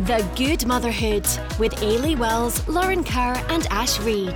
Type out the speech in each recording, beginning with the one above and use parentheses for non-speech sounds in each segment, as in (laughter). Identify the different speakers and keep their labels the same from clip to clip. Speaker 1: The Good Motherhood with Ailey Wells, Lauren Kerr, and Ash Reid.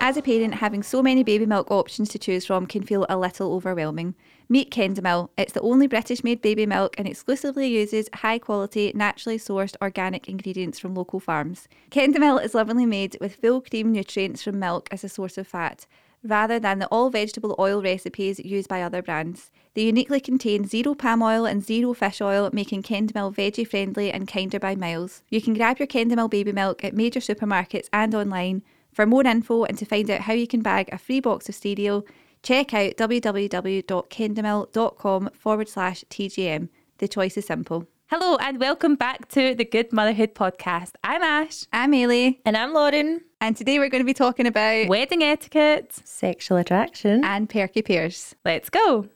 Speaker 2: As a parent, having so many baby milk options to choose from can feel a little overwhelming. Meet Kendamil. It's the only British made baby milk and exclusively uses high quality, naturally sourced organic ingredients from local farms. Kendamil is lovingly made with full cream nutrients from milk as a source of fat, rather than the all vegetable oil recipes used by other brands. They uniquely contain zero palm oil and zero fish oil, making Kendamil veggie friendly and kinder by miles. You can grab your Kendamil baby milk at major supermarkets and online. For more info and to find out how you can bag a free box of cereal, check out www.kendamil.com forward slash TGM. The choice is simple.
Speaker 3: Hello and welcome back to the Good Motherhood podcast. I'm Ash
Speaker 2: I'm Ailey,
Speaker 4: And I'm Lauren.
Speaker 2: and today we're going to be talking about
Speaker 3: wedding etiquette.
Speaker 4: Sexual attraction.
Speaker 2: and perky pears.
Speaker 3: Let's go.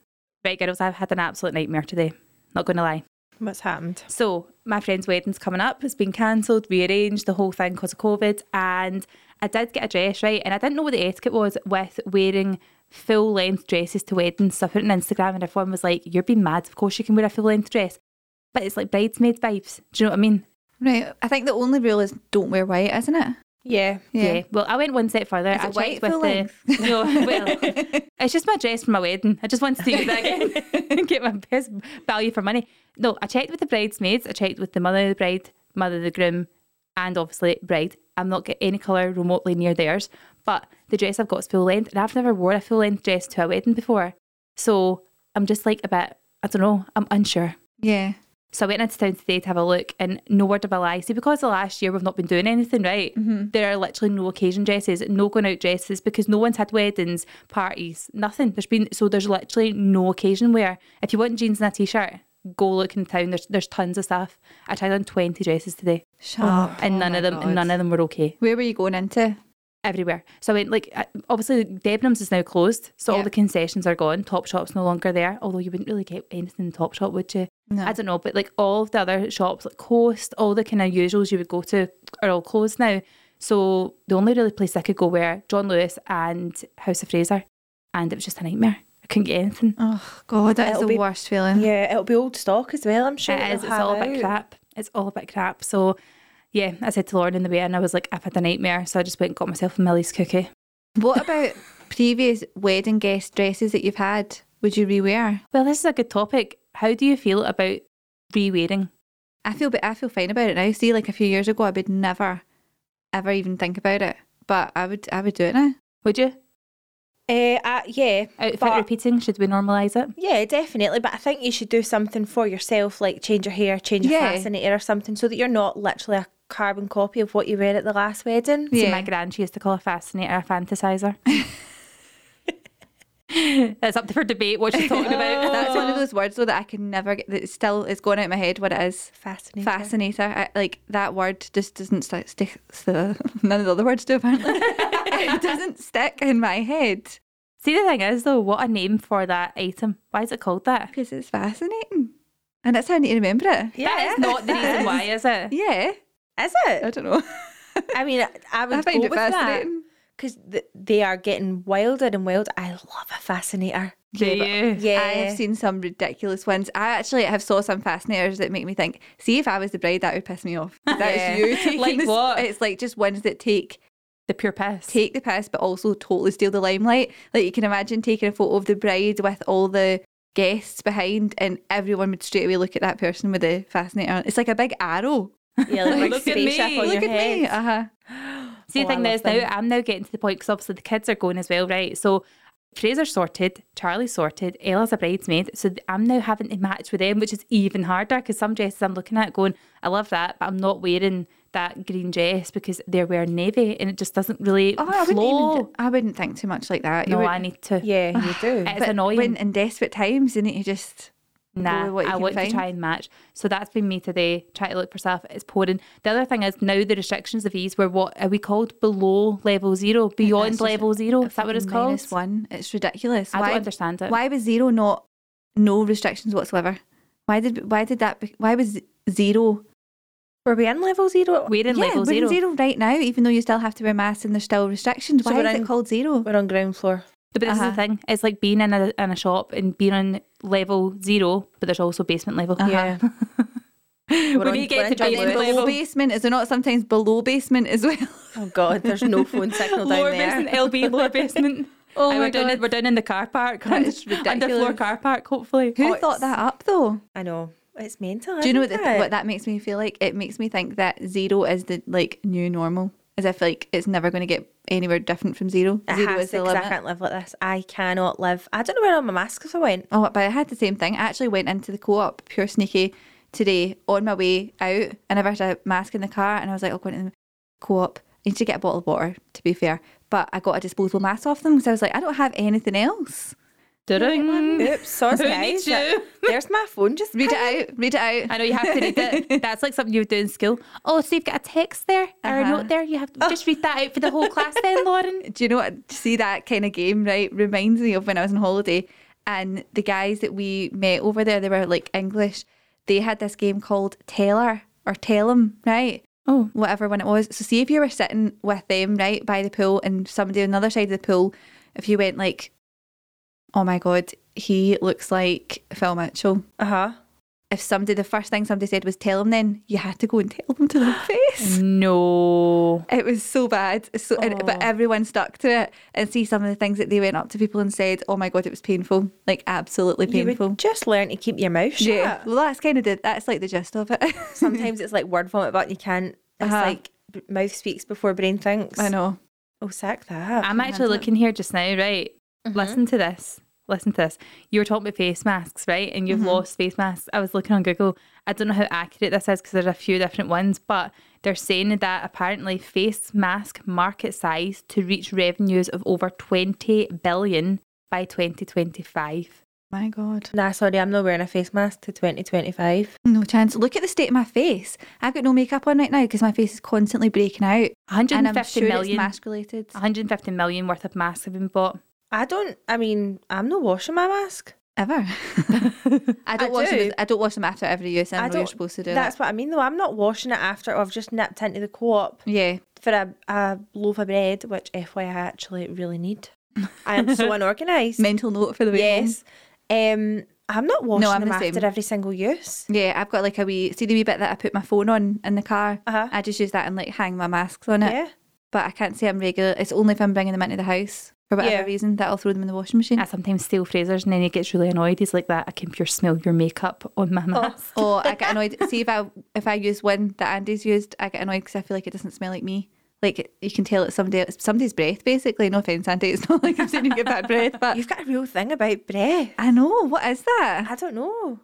Speaker 3: Right, girls, I've had an absolute nightmare today. Not going to lie.
Speaker 4: What's happened?
Speaker 3: So, my friend's wedding's coming up. It's been cancelled, rearranged, the whole thing because of COVID. And I did get a dress, right? And I didn't know what the etiquette was with wearing full length dresses to weddings. So, I put it on Instagram and everyone was like, You're being mad. Of course, you can wear a full length dress. But it's like bridesmaid vibes. Do you know what I mean?
Speaker 2: Right, I think the only rule is don't wear white, isn't it?
Speaker 4: Yeah.
Speaker 3: Yeah. Well, I went one step further.
Speaker 2: Is
Speaker 3: I
Speaker 2: it white
Speaker 3: checked with
Speaker 2: full
Speaker 3: the (laughs) no.
Speaker 2: (laughs)
Speaker 3: Well, it's just my dress for my wedding. I just wanted to use that again
Speaker 2: (laughs)
Speaker 3: and (laughs) get my best value for money. No, I checked with the bridesmaids. I checked with the mother of the bride, mother of the groom, and obviously bride. I'm not getting any colour remotely near theirs, but the dress I've got is full length, and I've never worn a full length dress to a wedding before. So I'm just like a bit. I don't know. I'm unsure.
Speaker 2: Yeah.
Speaker 3: So I went into town today to have a look, and no word of a lie. See, because the last year we've not been doing anything right, there are literally no occasion dresses, no going out dresses, because no one's had weddings, parties, nothing. There's been so there's literally no occasion wear. If you want jeans and a t-shirt, go look in town. There's there's tons of stuff. I tried on twenty dresses today,
Speaker 2: Shut up. Oh
Speaker 3: and none of them none of them were okay
Speaker 2: Where were you going into?
Speaker 3: everywhere. So I went like I- obviously Debenhams is now closed, so all
Speaker 2: Yeah.
Speaker 3: the concessions are gone. Top Shop's no longer there, although you wouldn't really get anything in Top Shop, would you?
Speaker 2: No.
Speaker 3: I don't know, but like all of the other shops, like Coast, all the kind of usuals you would go to are all closed now. So the only really place I could go were John Lewis and House of Fraser, and it was just a nightmare. I couldn't get anything.
Speaker 2: Oh God, that is
Speaker 4: It'll
Speaker 2: the
Speaker 4: be-
Speaker 2: worst feeling.
Speaker 4: Yeah, it'll be old stock as well, I'm sure.
Speaker 3: it is.
Speaker 4: they'll
Speaker 3: It's all a
Speaker 4: have
Speaker 3: bit
Speaker 4: out.
Speaker 3: crap. It's all a bit crap. So yeah, I said to Lauren in the way, and I was like, I've had a nightmare. So I just went and got myself a Millie's cookie.
Speaker 2: What about previous wedding guest dresses that you've had? Would you rewear?
Speaker 3: Well, this is a good topic. How do you feel about re-wearing?
Speaker 2: I feel, but I feel fine about it now. See, like a few years ago, I would never, ever even think about it. But I would, I would do it now.
Speaker 3: Would you?
Speaker 4: Eh, uh, yeah.
Speaker 3: Outfit
Speaker 4: but-
Speaker 3: repeating, should we normalise it?
Speaker 4: Yeah, definitely. But I think you should do something for yourself, like change your hair, change your
Speaker 2: Yeah.
Speaker 4: fascinator or something, so that you're not literally a carbon copy of what you were at the last wedding.
Speaker 3: See,
Speaker 2: Yeah.
Speaker 3: my gran, she used to call a fascinator a fantasizer. That's up for debate what she's talking
Speaker 2: (laughs)
Speaker 3: about. (laughs)
Speaker 2: That's one of those words though that I can never get. That still is going out of my head. What it is?
Speaker 4: Fascinating.
Speaker 2: Fascinator. I, like that word just doesn't stick. stick so- none of the other words do apparently. (laughs) it doesn't stick in my head
Speaker 3: See, the thing is, though, what a name for that item. Why is it called that?
Speaker 2: because it's fascinating, and that's how I need to remember it.
Speaker 4: Yeah,
Speaker 3: that is not the reason why, is it?
Speaker 2: Yeah,
Speaker 4: (laughs) Is
Speaker 2: I
Speaker 4: it?
Speaker 2: don't know. (laughs)
Speaker 4: I mean, I- I would
Speaker 2: I
Speaker 4: go
Speaker 2: find it
Speaker 4: with that
Speaker 2: fascinating.
Speaker 4: because th- they are getting wilder and wilder. I love a fascinator.
Speaker 3: Do you?
Speaker 4: Yeah,
Speaker 2: I have seen some ridiculous ones. I actually have saw some fascinators that make me think. See, if I was the bride, that would piss me off. (laughs) That's
Speaker 4: Yeah.
Speaker 2: you taking
Speaker 3: (laughs) Like
Speaker 2: this-
Speaker 3: what?
Speaker 2: It's like just ones that take
Speaker 3: The pure piss.
Speaker 2: take the piss, but also totally steal the limelight. Like you can imagine taking a photo of the bride with all the guests behind, and everyone would straight away look at that person with the fascinator. on. It's like a big arrow.
Speaker 4: yeah, like a big
Speaker 3: Look at
Speaker 4: spaceship
Speaker 3: me.
Speaker 4: on
Speaker 2: look
Speaker 4: your
Speaker 2: at
Speaker 4: head.
Speaker 2: me. Uh huh.
Speaker 3: See,
Speaker 4: Oh,
Speaker 3: the
Speaker 4: I
Speaker 3: thing is
Speaker 4: love
Speaker 3: now
Speaker 4: them.
Speaker 3: I'm now getting to the point because obviously the kids are going as well, right? So Fraser's sorted, Charlie's sorted, Ella's a bridesmaid, so th- I'm now having to match with them, which is even harder because some dresses I'm looking at going, I love that, but I'm not wearing that green dress because they're wearing navy and it just doesn't really
Speaker 2: Oh, I wouldn't,
Speaker 3: flow.
Speaker 2: even, I wouldn't think too much like that. You
Speaker 3: no,
Speaker 2: would-
Speaker 3: I need to.
Speaker 4: Yeah, you do.
Speaker 3: It's
Speaker 2: but
Speaker 3: annoying.
Speaker 2: When in desperate times, you need to just
Speaker 3: Nah,
Speaker 2: with what you
Speaker 3: I
Speaker 2: can
Speaker 3: want
Speaker 2: find.
Speaker 3: to try and match. So that's been me today. Try to look for stuff. It's pouring. The other thing is now the restrictions of these were what are we called below level zero, beyond
Speaker 2: just
Speaker 3: level zero? Is that what it's called?
Speaker 2: Minus one. It's ridiculous.
Speaker 3: I don't understand it.
Speaker 2: Why was zero not no restrictions whatsoever? Why did why did that? Be, why was zero?
Speaker 4: Were we in level zero?
Speaker 3: We're in
Speaker 2: yeah,
Speaker 3: level
Speaker 2: we're in
Speaker 3: zero.
Speaker 2: zero right now, even though you still have to wear masks and there's still restrictions.
Speaker 4: So
Speaker 2: Why
Speaker 4: we're
Speaker 2: is
Speaker 4: in-
Speaker 2: it called zero?
Speaker 4: We're on ground floor.
Speaker 3: But this is
Speaker 2: Uh-huh.
Speaker 3: the thing. It's like being
Speaker 2: (laughs)
Speaker 3: in a in a shop and being on level zero, but there's also basement level.
Speaker 2: Uh-huh.
Speaker 4: Yeah. We're
Speaker 3: We need to get to
Speaker 4: we're
Speaker 2: And
Speaker 3: bed
Speaker 4: on
Speaker 2: then
Speaker 4: John
Speaker 3: Below
Speaker 4: Lewis.
Speaker 2: below
Speaker 3: level.
Speaker 2: basement, is there not sometimes below basement as well? (laughs)
Speaker 4: Oh God, there's no phone signal down
Speaker 3: lower
Speaker 4: there.
Speaker 3: basement, LB,
Speaker 2: (laughs)
Speaker 3: lower basement.
Speaker 2: Oh
Speaker 3: Aye,
Speaker 2: my
Speaker 3: we're down,
Speaker 2: God.
Speaker 3: We're down in the car park.
Speaker 2: That
Speaker 3: (laughs)
Speaker 2: is ridiculous.
Speaker 3: Underfloor car park, hopefully.
Speaker 2: Who
Speaker 4: Oh,
Speaker 2: thought that up though?
Speaker 4: I know it's mental.
Speaker 2: Do you know what,
Speaker 4: isn't
Speaker 2: the,
Speaker 4: it?
Speaker 2: what that makes me feel like? It makes me think that zero is the like new normal, as if like it's never going to get anywhere different from zero.
Speaker 4: It
Speaker 2: zero
Speaker 4: has
Speaker 2: is
Speaker 4: to,
Speaker 2: the
Speaker 4: 'cause I
Speaker 2: limit.
Speaker 4: can't live like this. I cannot live. I don't know where all my masks I went.
Speaker 2: Oh, but I had the same thing. I actually went into the co-op pure sneaky today on my way out, and I've had a mask in the car, and I was like, I'll go into the co-op. I need to get a bottle of water, to be fair. But I got a disposable mask off them because I was like, I don't have anything else.
Speaker 3: Da-ding.
Speaker 2: (laughs)
Speaker 4: Oops, sorry
Speaker 3: Who
Speaker 4: guys.
Speaker 3: needs you?
Speaker 4: There's my phone. Just
Speaker 2: Read it out. Read it
Speaker 3: I
Speaker 2: out.
Speaker 3: know you have to read
Speaker 2: (laughs)
Speaker 3: it. That's like something you would do in school. Oh, so you've got a text there or a
Speaker 2: Uh-huh.
Speaker 3: note there. You have to just read that out for the whole class
Speaker 2: (laughs)
Speaker 3: then, Lauren.
Speaker 2: Do you know what? See that kind of game, right? Reminds me of when I was on holiday, and the guys that we met over there, they were like English. They had this game called Teller or Tell 'em, right?
Speaker 3: Oh,
Speaker 2: whatever one it was. So see if you were sitting with them right by the pool and somebody on the other side of the pool, if you went like, "Oh my god, he looks like Phil Mitchell,"
Speaker 4: uh huh.
Speaker 2: if somebody the first thing somebody said was "tell him," then you had to go and tell them to their face.
Speaker 3: no.
Speaker 2: It was so bad. So, and, but everyone stuck to it. And see some of the things that they went up to people and said, "Oh my god, it was painful, like absolutely
Speaker 4: You
Speaker 2: painful."
Speaker 4: would just learn to keep your mouth shut.
Speaker 2: yeah, (laughs) well, that's kind of the, that's like the gist of it. (laughs)
Speaker 4: Sometimes it's like word vomit, but you can't. It's
Speaker 2: Uh-huh.
Speaker 4: like b- mouth speaks before brain thinks.
Speaker 2: I know.
Speaker 4: Oh, sack that.
Speaker 3: I'm actually looking here just now, right?
Speaker 2: Mm-hmm.
Speaker 3: Listen to this. Listen to this. You were talking about face masks, right? And
Speaker 2: Mm-hmm.
Speaker 3: you've lost face masks. I was looking on Google. I don't know how accurate this is because there's a few different ones, but they're saying that apparently face mask market size to reach revenues of over 20 billion by 2025.
Speaker 2: My God.
Speaker 4: Nah, sorry, I'm not wearing a face mask to 2025.
Speaker 2: No chance. Look at the state of my face. I've got no makeup on right now because my face is constantly breaking out. And I'm
Speaker 3: 150
Speaker 2: sure it's
Speaker 3: million, Ah.
Speaker 2: mask related.
Speaker 3: 150 million worth of masks have been bought.
Speaker 4: I don't. I mean, I'm not washing my mask.
Speaker 2: Ever. I don't wash
Speaker 4: do.
Speaker 2: them. I don't wash them after every use. I,
Speaker 4: I
Speaker 2: know you're supposed to do
Speaker 4: That's
Speaker 2: that.
Speaker 4: what I mean, though. I'm not washing it after I've just nipped into the co-op
Speaker 2: Yeah.
Speaker 4: for a, a loaf of bread, which FYI, I actually really need. I am
Speaker 2: (laughs)
Speaker 4: so unorganised.
Speaker 2: Mental note for the week.
Speaker 4: Yes. Um, I'm not washing
Speaker 2: I'm
Speaker 4: them
Speaker 2: the
Speaker 4: after
Speaker 2: same.
Speaker 4: every single use.
Speaker 2: Yeah, I've got like a wee see the wee bit that I put my phone on in the car.
Speaker 4: Uh-huh.
Speaker 2: I just use that and like hang my masks on it.
Speaker 4: Yeah.
Speaker 2: But I can't say I'm regular. It's only if I'm bringing them into the house for whatever
Speaker 4: Yeah.
Speaker 2: reason that I'll throw them in the washing machine.
Speaker 3: I
Speaker 4: (laughs)
Speaker 3: sometimes steal Fraser's and then he gets really annoyed. He's like that. I can pure smell your makeup on
Speaker 2: Oh,
Speaker 3: my mask.
Speaker 2: or I get annoyed. See if I if I use one that Andy's used, I get annoyed because I feel like it doesn't smell like me. Like it- you can tell it's somebody else, somebody's breath. Basically, no offense, Andy. (laughs) It's not like I'm saying you get bad breath,
Speaker 4: (laughs)
Speaker 2: but
Speaker 4: Oh, You've got a real thing about breath.
Speaker 2: I know what is that?
Speaker 4: I don't know.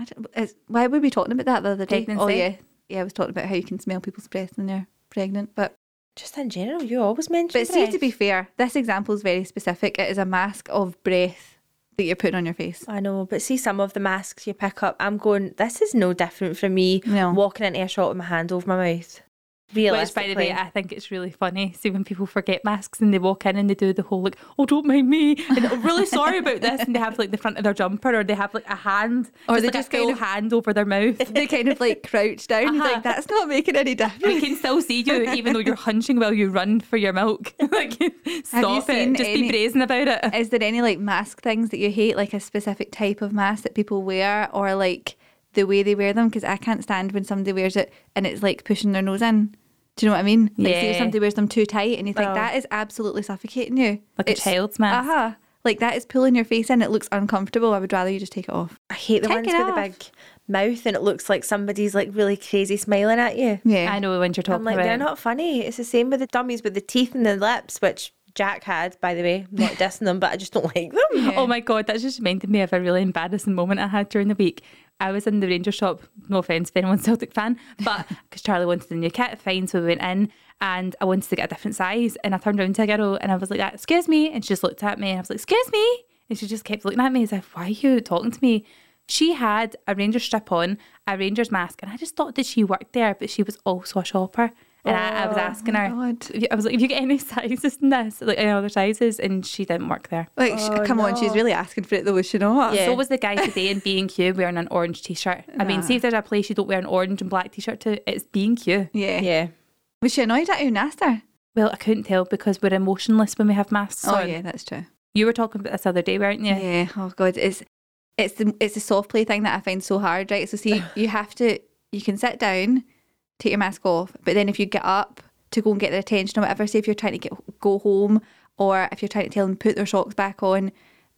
Speaker 2: I don't, it's, why were we talking about that the other day? Oh
Speaker 3: Pregnancy.
Speaker 2: yeah, yeah. I was talking about how you can smell people's breath when they're pregnant, but
Speaker 4: Just in general, you always mention
Speaker 2: but see
Speaker 4: breath.
Speaker 2: to be fair, this example is very specific. It is a mask of breath that you're putting on your
Speaker 3: (laughs)
Speaker 2: face.
Speaker 4: I know, but see some of the masks you pick up. I'm going, this is no different from me
Speaker 2: No.
Speaker 4: walking into a shop with my hand over my mouth.
Speaker 3: Which, by
Speaker 4: Realistically.
Speaker 3: the way, I think it's really funny. See, when people forget masks and they walk in and they do the whole like, "Oh, don't mind me," and "I'm really sorry about this," and they have like the front of their jumper or they have like a hand,
Speaker 2: Or they
Speaker 3: like, a
Speaker 2: just
Speaker 3: full
Speaker 2: kind of-
Speaker 3: hand over their mouth.
Speaker 2: (laughs) they kind of like crouch down. and
Speaker 3: Uh-huh.
Speaker 2: Like that's not making any difference.
Speaker 3: We can still see you, even though you're hunching while you run for your milk. (laughs) like, stop it.
Speaker 2: seen
Speaker 3: Just
Speaker 2: any-
Speaker 3: be brazen about it.
Speaker 2: Is there any like mask things that you hate, like a specific type of mask that people wear, or like the way they wear them? Because I can't stand when somebody wears it and it's like pushing their nose in. Do you know what I mean? Like, see if
Speaker 3: Yeah.
Speaker 2: somebody wears them too tight and you think
Speaker 4: Oh.
Speaker 2: that is absolutely suffocating you.
Speaker 3: Like a child's mask.
Speaker 2: Uh huh. Like that is pulling your face in. It looks uncomfortable. I would rather you just take it off.
Speaker 4: I hate the
Speaker 2: Take
Speaker 4: ones
Speaker 2: it
Speaker 4: with the
Speaker 2: off.
Speaker 4: big mouth and it looks like somebody's like really crazy smiling at you.
Speaker 2: Yeah.
Speaker 3: I know what you're
Speaker 4: I'm
Speaker 3: talking
Speaker 4: like,
Speaker 3: about.
Speaker 4: they're not funny. It's the same with the dummies with the teeth and the lips, which Jack had, by the way. I'm
Speaker 2: (laughs)
Speaker 4: not dissing them, but I just don't like them.
Speaker 3: Oh my god, that just reminded me of a really embarrassing moment I had during the week. I was in the Ranger shop, no offence if anyone's (laughs) a Celtic fan, but because Charlie wanted a new kit, fine, so we went in and I wanted to get a different size. And I turned around to a girl and I was like, that, excuse me. And she just looked at me and I was like, excuse me. And she just kept looking at me as if, why are you talking to me? She had a Ranger strip on, a Ranger's mask, and I just thought that she worked there, but she was also a shopper. And I, I was asking her,
Speaker 2: God.
Speaker 3: if you- I was like, have you got any (laughs) sizes in this? Like any other sizes? And she didn't work there.
Speaker 2: Like, sh come on, she's really asking for it though, is she not?
Speaker 4: Yeah.
Speaker 3: So was the guy today in B and Q wearing an orange T-shirt. I
Speaker 2: Ah.
Speaker 3: mean, see if there's a place you don't wear an orange and black T-shirt to, it's B and Q.
Speaker 2: Yeah.
Speaker 4: Yeah.
Speaker 2: Was she annoyed at you and asked her?
Speaker 3: Well, I couldn't tell because we're emotionless when we have masks
Speaker 2: oh,
Speaker 3: on.
Speaker 2: yeah, that's true.
Speaker 3: You were talking about this other day, weren't you?
Speaker 2: Yeah.
Speaker 3: (sighs)
Speaker 2: Oh god, it's it's the it's the soft play thing that I find so hard, right? So see, you have to you can sit down, take your mask off, but then if you get up to go and get their attention or whatever, say if you're trying to get go home or if you're trying to tell them put their socks back on,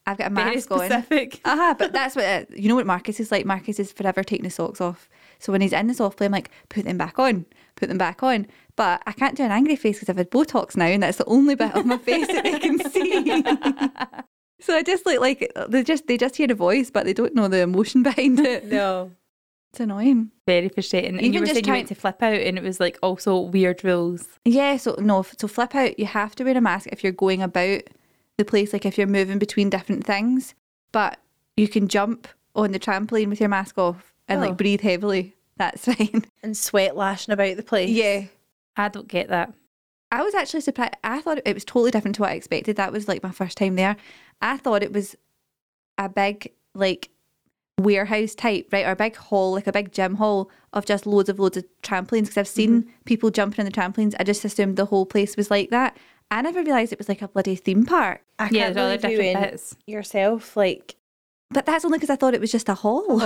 Speaker 2: I've got a
Speaker 3: Very
Speaker 2: mask on.
Speaker 3: specific.
Speaker 2: Aha, Uh-huh, but that's what it, you know what Marcus is like. Marcus is forever taking his socks off. So when he's in the soft play, I'm like, put them back on, put them back on. But I can't do an angry face because I've had Botox now, and that's the only bit of my face that they can see. (laughs) so I just look like they just they just hear a voice, but they don't know the emotion behind it. (laughs)
Speaker 4: No.
Speaker 2: It's annoying.
Speaker 3: Very frustrating. And
Speaker 2: Even
Speaker 3: you were
Speaker 2: just
Speaker 3: saying you went to
Speaker 2: trying-
Speaker 3: flip out, and it was like also weird rules.
Speaker 2: Yeah, so no, f- so flip out, you have to wear a mask if you're going about the place, like if you're moving between different things, but you can jump on the trampoline with your mask off and
Speaker 4: Oh.
Speaker 2: like breathe heavily. That's (laughs) fine.
Speaker 4: And sweat lashing about the place.
Speaker 2: yeah.
Speaker 3: I don't get that.
Speaker 2: I was actually surprised. I thought it was totally different to what I expected. That was like my first time there. I thought it was a big, like, warehouse type, right? Or a big hall, like a big gym hall of just loads of loads of trampolines. Because I've seen people jumping on the trampolines. I just assumed the whole place was like that. I never realised it was like a bloody theme park.
Speaker 4: I
Speaker 3: Yeah,
Speaker 4: can't
Speaker 3: there's other
Speaker 4: believe you
Speaker 3: different
Speaker 4: went
Speaker 3: bits.
Speaker 4: yourself. Like,
Speaker 2: But that's only because I thought it was just a hall.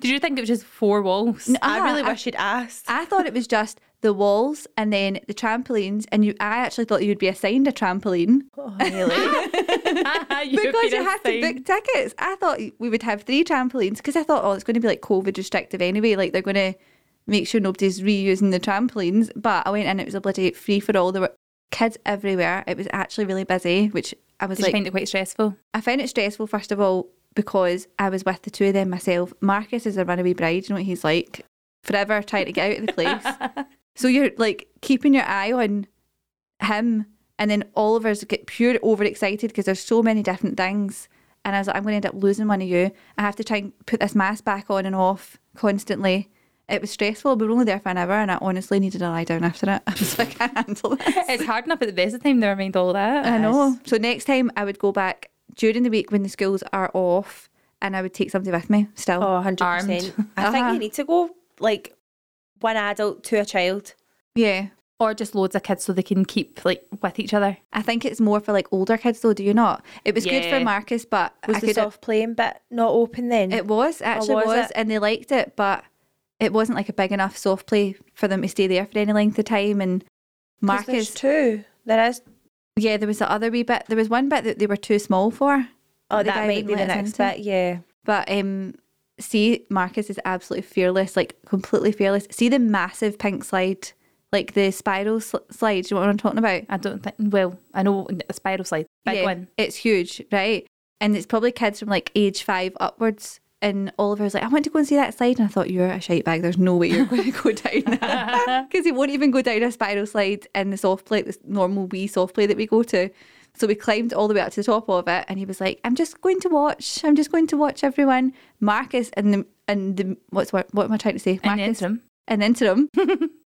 Speaker 3: Did you think it was just four walls? (laughs)
Speaker 2: Ah,
Speaker 4: I really wish you'd asked.
Speaker 2: (laughs) I thought it was just the walls and then the trampolines. And you, I actually thought you would be assigned a trampoline.
Speaker 4: oh, really?
Speaker 2: (laughs) because you had to book tickets. I thought we would have three trampolines because I thought, oh, it's going to be like COVID restrictive anyway. Like they're going to make sure nobody's reusing the trampolines. But I went in, it was a bloody free for all. There were kids everywhere. It was actually really busy, which I was
Speaker 3: Did you
Speaker 2: like,
Speaker 3: find it quite stressful?
Speaker 2: I found it stressful first of all because I was with the two of them myself. Marcus is a runaway bride. You know what he's like? Forever trying to get out of the place. so you're like keeping your eye on him, and then Oliver's get pure overexcited because there's so many different things. And I was like, I'm going to end up losing one of you. I have to try and put this mask back on and off constantly. It was stressful. We were only there for an hour, and I honestly needed to lie down after it. (laughs) I was like, I can't handle this.
Speaker 3: It's hard enough at the best of time, never mind all that.
Speaker 2: I know. So next time I would go back during the week when the schools are off and I would take somebody with me still.
Speaker 4: Oh, 100%. I think
Speaker 2: Uh-huh.
Speaker 4: you need to go, like, one adult to a child.
Speaker 2: Yeah.
Speaker 3: Or just loads of kids so they can keep like with each other.
Speaker 2: I think it's more for like older kids though, do you not? It was good
Speaker 3: Yeah.
Speaker 2: for Marcus, but
Speaker 4: Was
Speaker 2: I
Speaker 4: the
Speaker 2: could
Speaker 4: soft playing bit not open then?
Speaker 2: it was actually
Speaker 4: was
Speaker 2: was,
Speaker 4: it?
Speaker 2: and they liked it, but it wasn't like a big enough soft play for them to stay there for any length of time and
Speaker 4: 'Cause There's
Speaker 2: Marcus
Speaker 4: two. There is.
Speaker 2: Yeah, there was the other wee bit there was one bit that they were too small for.
Speaker 4: Oh,
Speaker 2: the
Speaker 4: that
Speaker 2: guy wouldn't
Speaker 4: might be the
Speaker 2: let us
Speaker 4: next
Speaker 2: into.
Speaker 4: bit. Yeah.
Speaker 2: But um, see, Marcus is absolutely fearless, like completely fearless. See the massive pink slide, like the spiral sl- slide. Do you know what I'm talking about?
Speaker 3: I don't think. Well, I know a spiral slide, big
Speaker 2: Yeah,
Speaker 3: one.
Speaker 2: It's huge, right? And it's probably kids from like age five upwards. And Oliver's like, I want to go and see that slide. And I thought, you're a shite bag. There's no way you're (laughs) going to go down
Speaker 3: (laughs)
Speaker 2: that. Because he won't even go down a spiral slide in the soft play, this normal wee soft play that we go to. So we climbed all the way up to the top of it. And he was like, I'm just going to watch. I'm just going to watch everyone. Marcus and the, and the, what's, what, what am I trying to say?
Speaker 3: In the
Speaker 2: Marcus
Speaker 3: interim.
Speaker 2: in the
Speaker 3: (laughs)
Speaker 2: interim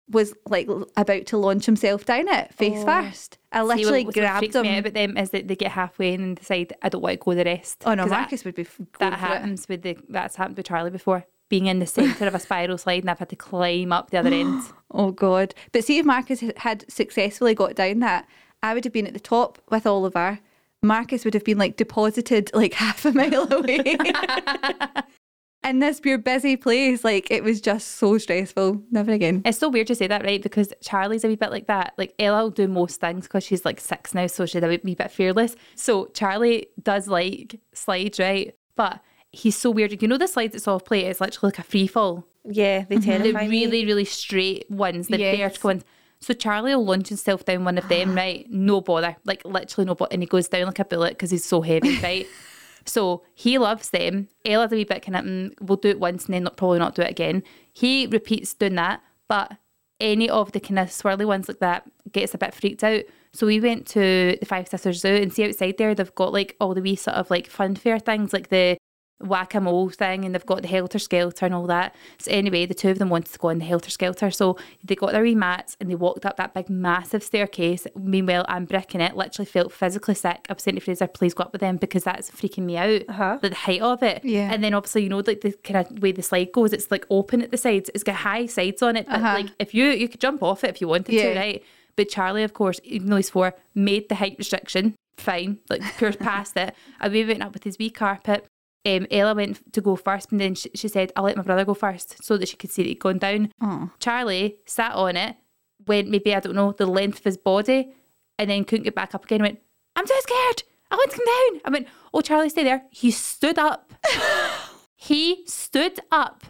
Speaker 2: was like l- about to launch himself down it face first. I
Speaker 3: Oh. See, what-
Speaker 2: literally
Speaker 3: what
Speaker 2: grabbed
Speaker 3: freaks me out
Speaker 2: him.
Speaker 3: about them is that they get halfway and then decide I don't want to go the rest.
Speaker 2: Oh no,
Speaker 3: 'Cause that-
Speaker 2: Marcus would be f- going
Speaker 3: That,
Speaker 2: for it.
Speaker 3: happens with the that's happened with Charlie before. Being in the centre of a spiral slide and I've had to climb up the
Speaker 2: (gasps)
Speaker 3: other end.
Speaker 2: Oh god! But see if Marcus h- had successfully got down that, I would have been at the top with Oliver. Marcus would have been like deposited like (laughs) half a mile away. In this pure busy place, like it was just so stressful. Never again.
Speaker 3: It's so weird to say that, right? Because Charlie's a wee bit like that. Like Ella will do most things because she's like six now, so she's a wee- wee bit fearless. So Charlie does like slides, right? But he's so weird. You know the slides that's off play. It's literally like a free fall.
Speaker 4: Yeah,
Speaker 2: Mm-hmm.
Speaker 4: they
Speaker 3: The
Speaker 4: terrify me.
Speaker 3: really, really straight ones, the
Speaker 2: Yes.
Speaker 3: vertical ones. So Charlie will launch himself down one of them, right? No bother, like literally no bother, and he goes down like a bullet because he's so heavy, right? So he loves them. Ella's a wee bit kind of mm, we'll do it once and then not, probably not do it again. He repeats doing that, but any of the kind of swirly ones like that gets a bit freaked out. So we went to the Five Sisters Zoo and see outside there they've got like all the wee sort of like fun fair things like the whack a mole thing and they've got the helter skelter and all that. So anyway, the two of them wanted to go on the helter skelter. So they got their wee mats and they walked up that big massive staircase. Meanwhile, I'm bricking it, literally felt physically sick. I'm saying to Fraser, please go up with them because that's freaking me out.
Speaker 4: Uh-huh.
Speaker 3: Like the height of it.
Speaker 2: Yeah.
Speaker 3: And then obviously, you know, like the kind of way the slide goes, it's like open at the sides. It's got high sides on it. But
Speaker 2: Uh-huh.
Speaker 3: like if you you could jump off it if you wanted
Speaker 2: Yeah.
Speaker 3: to, right? But Charlie, of course, even though he's four, made the height restriction. Fine, like pure past it. And we went up with his wee carpet um, Ella went to go first, and then she, she said, I'll let my brother go first so that she could see it going down. Charlie sat on it, went maybe, I don't know, the length of his body, and then couldn't get back up again. Went, I'm too scared. I want to come down. I went, Oh, Charlie, stay there. He stood up. he stood up.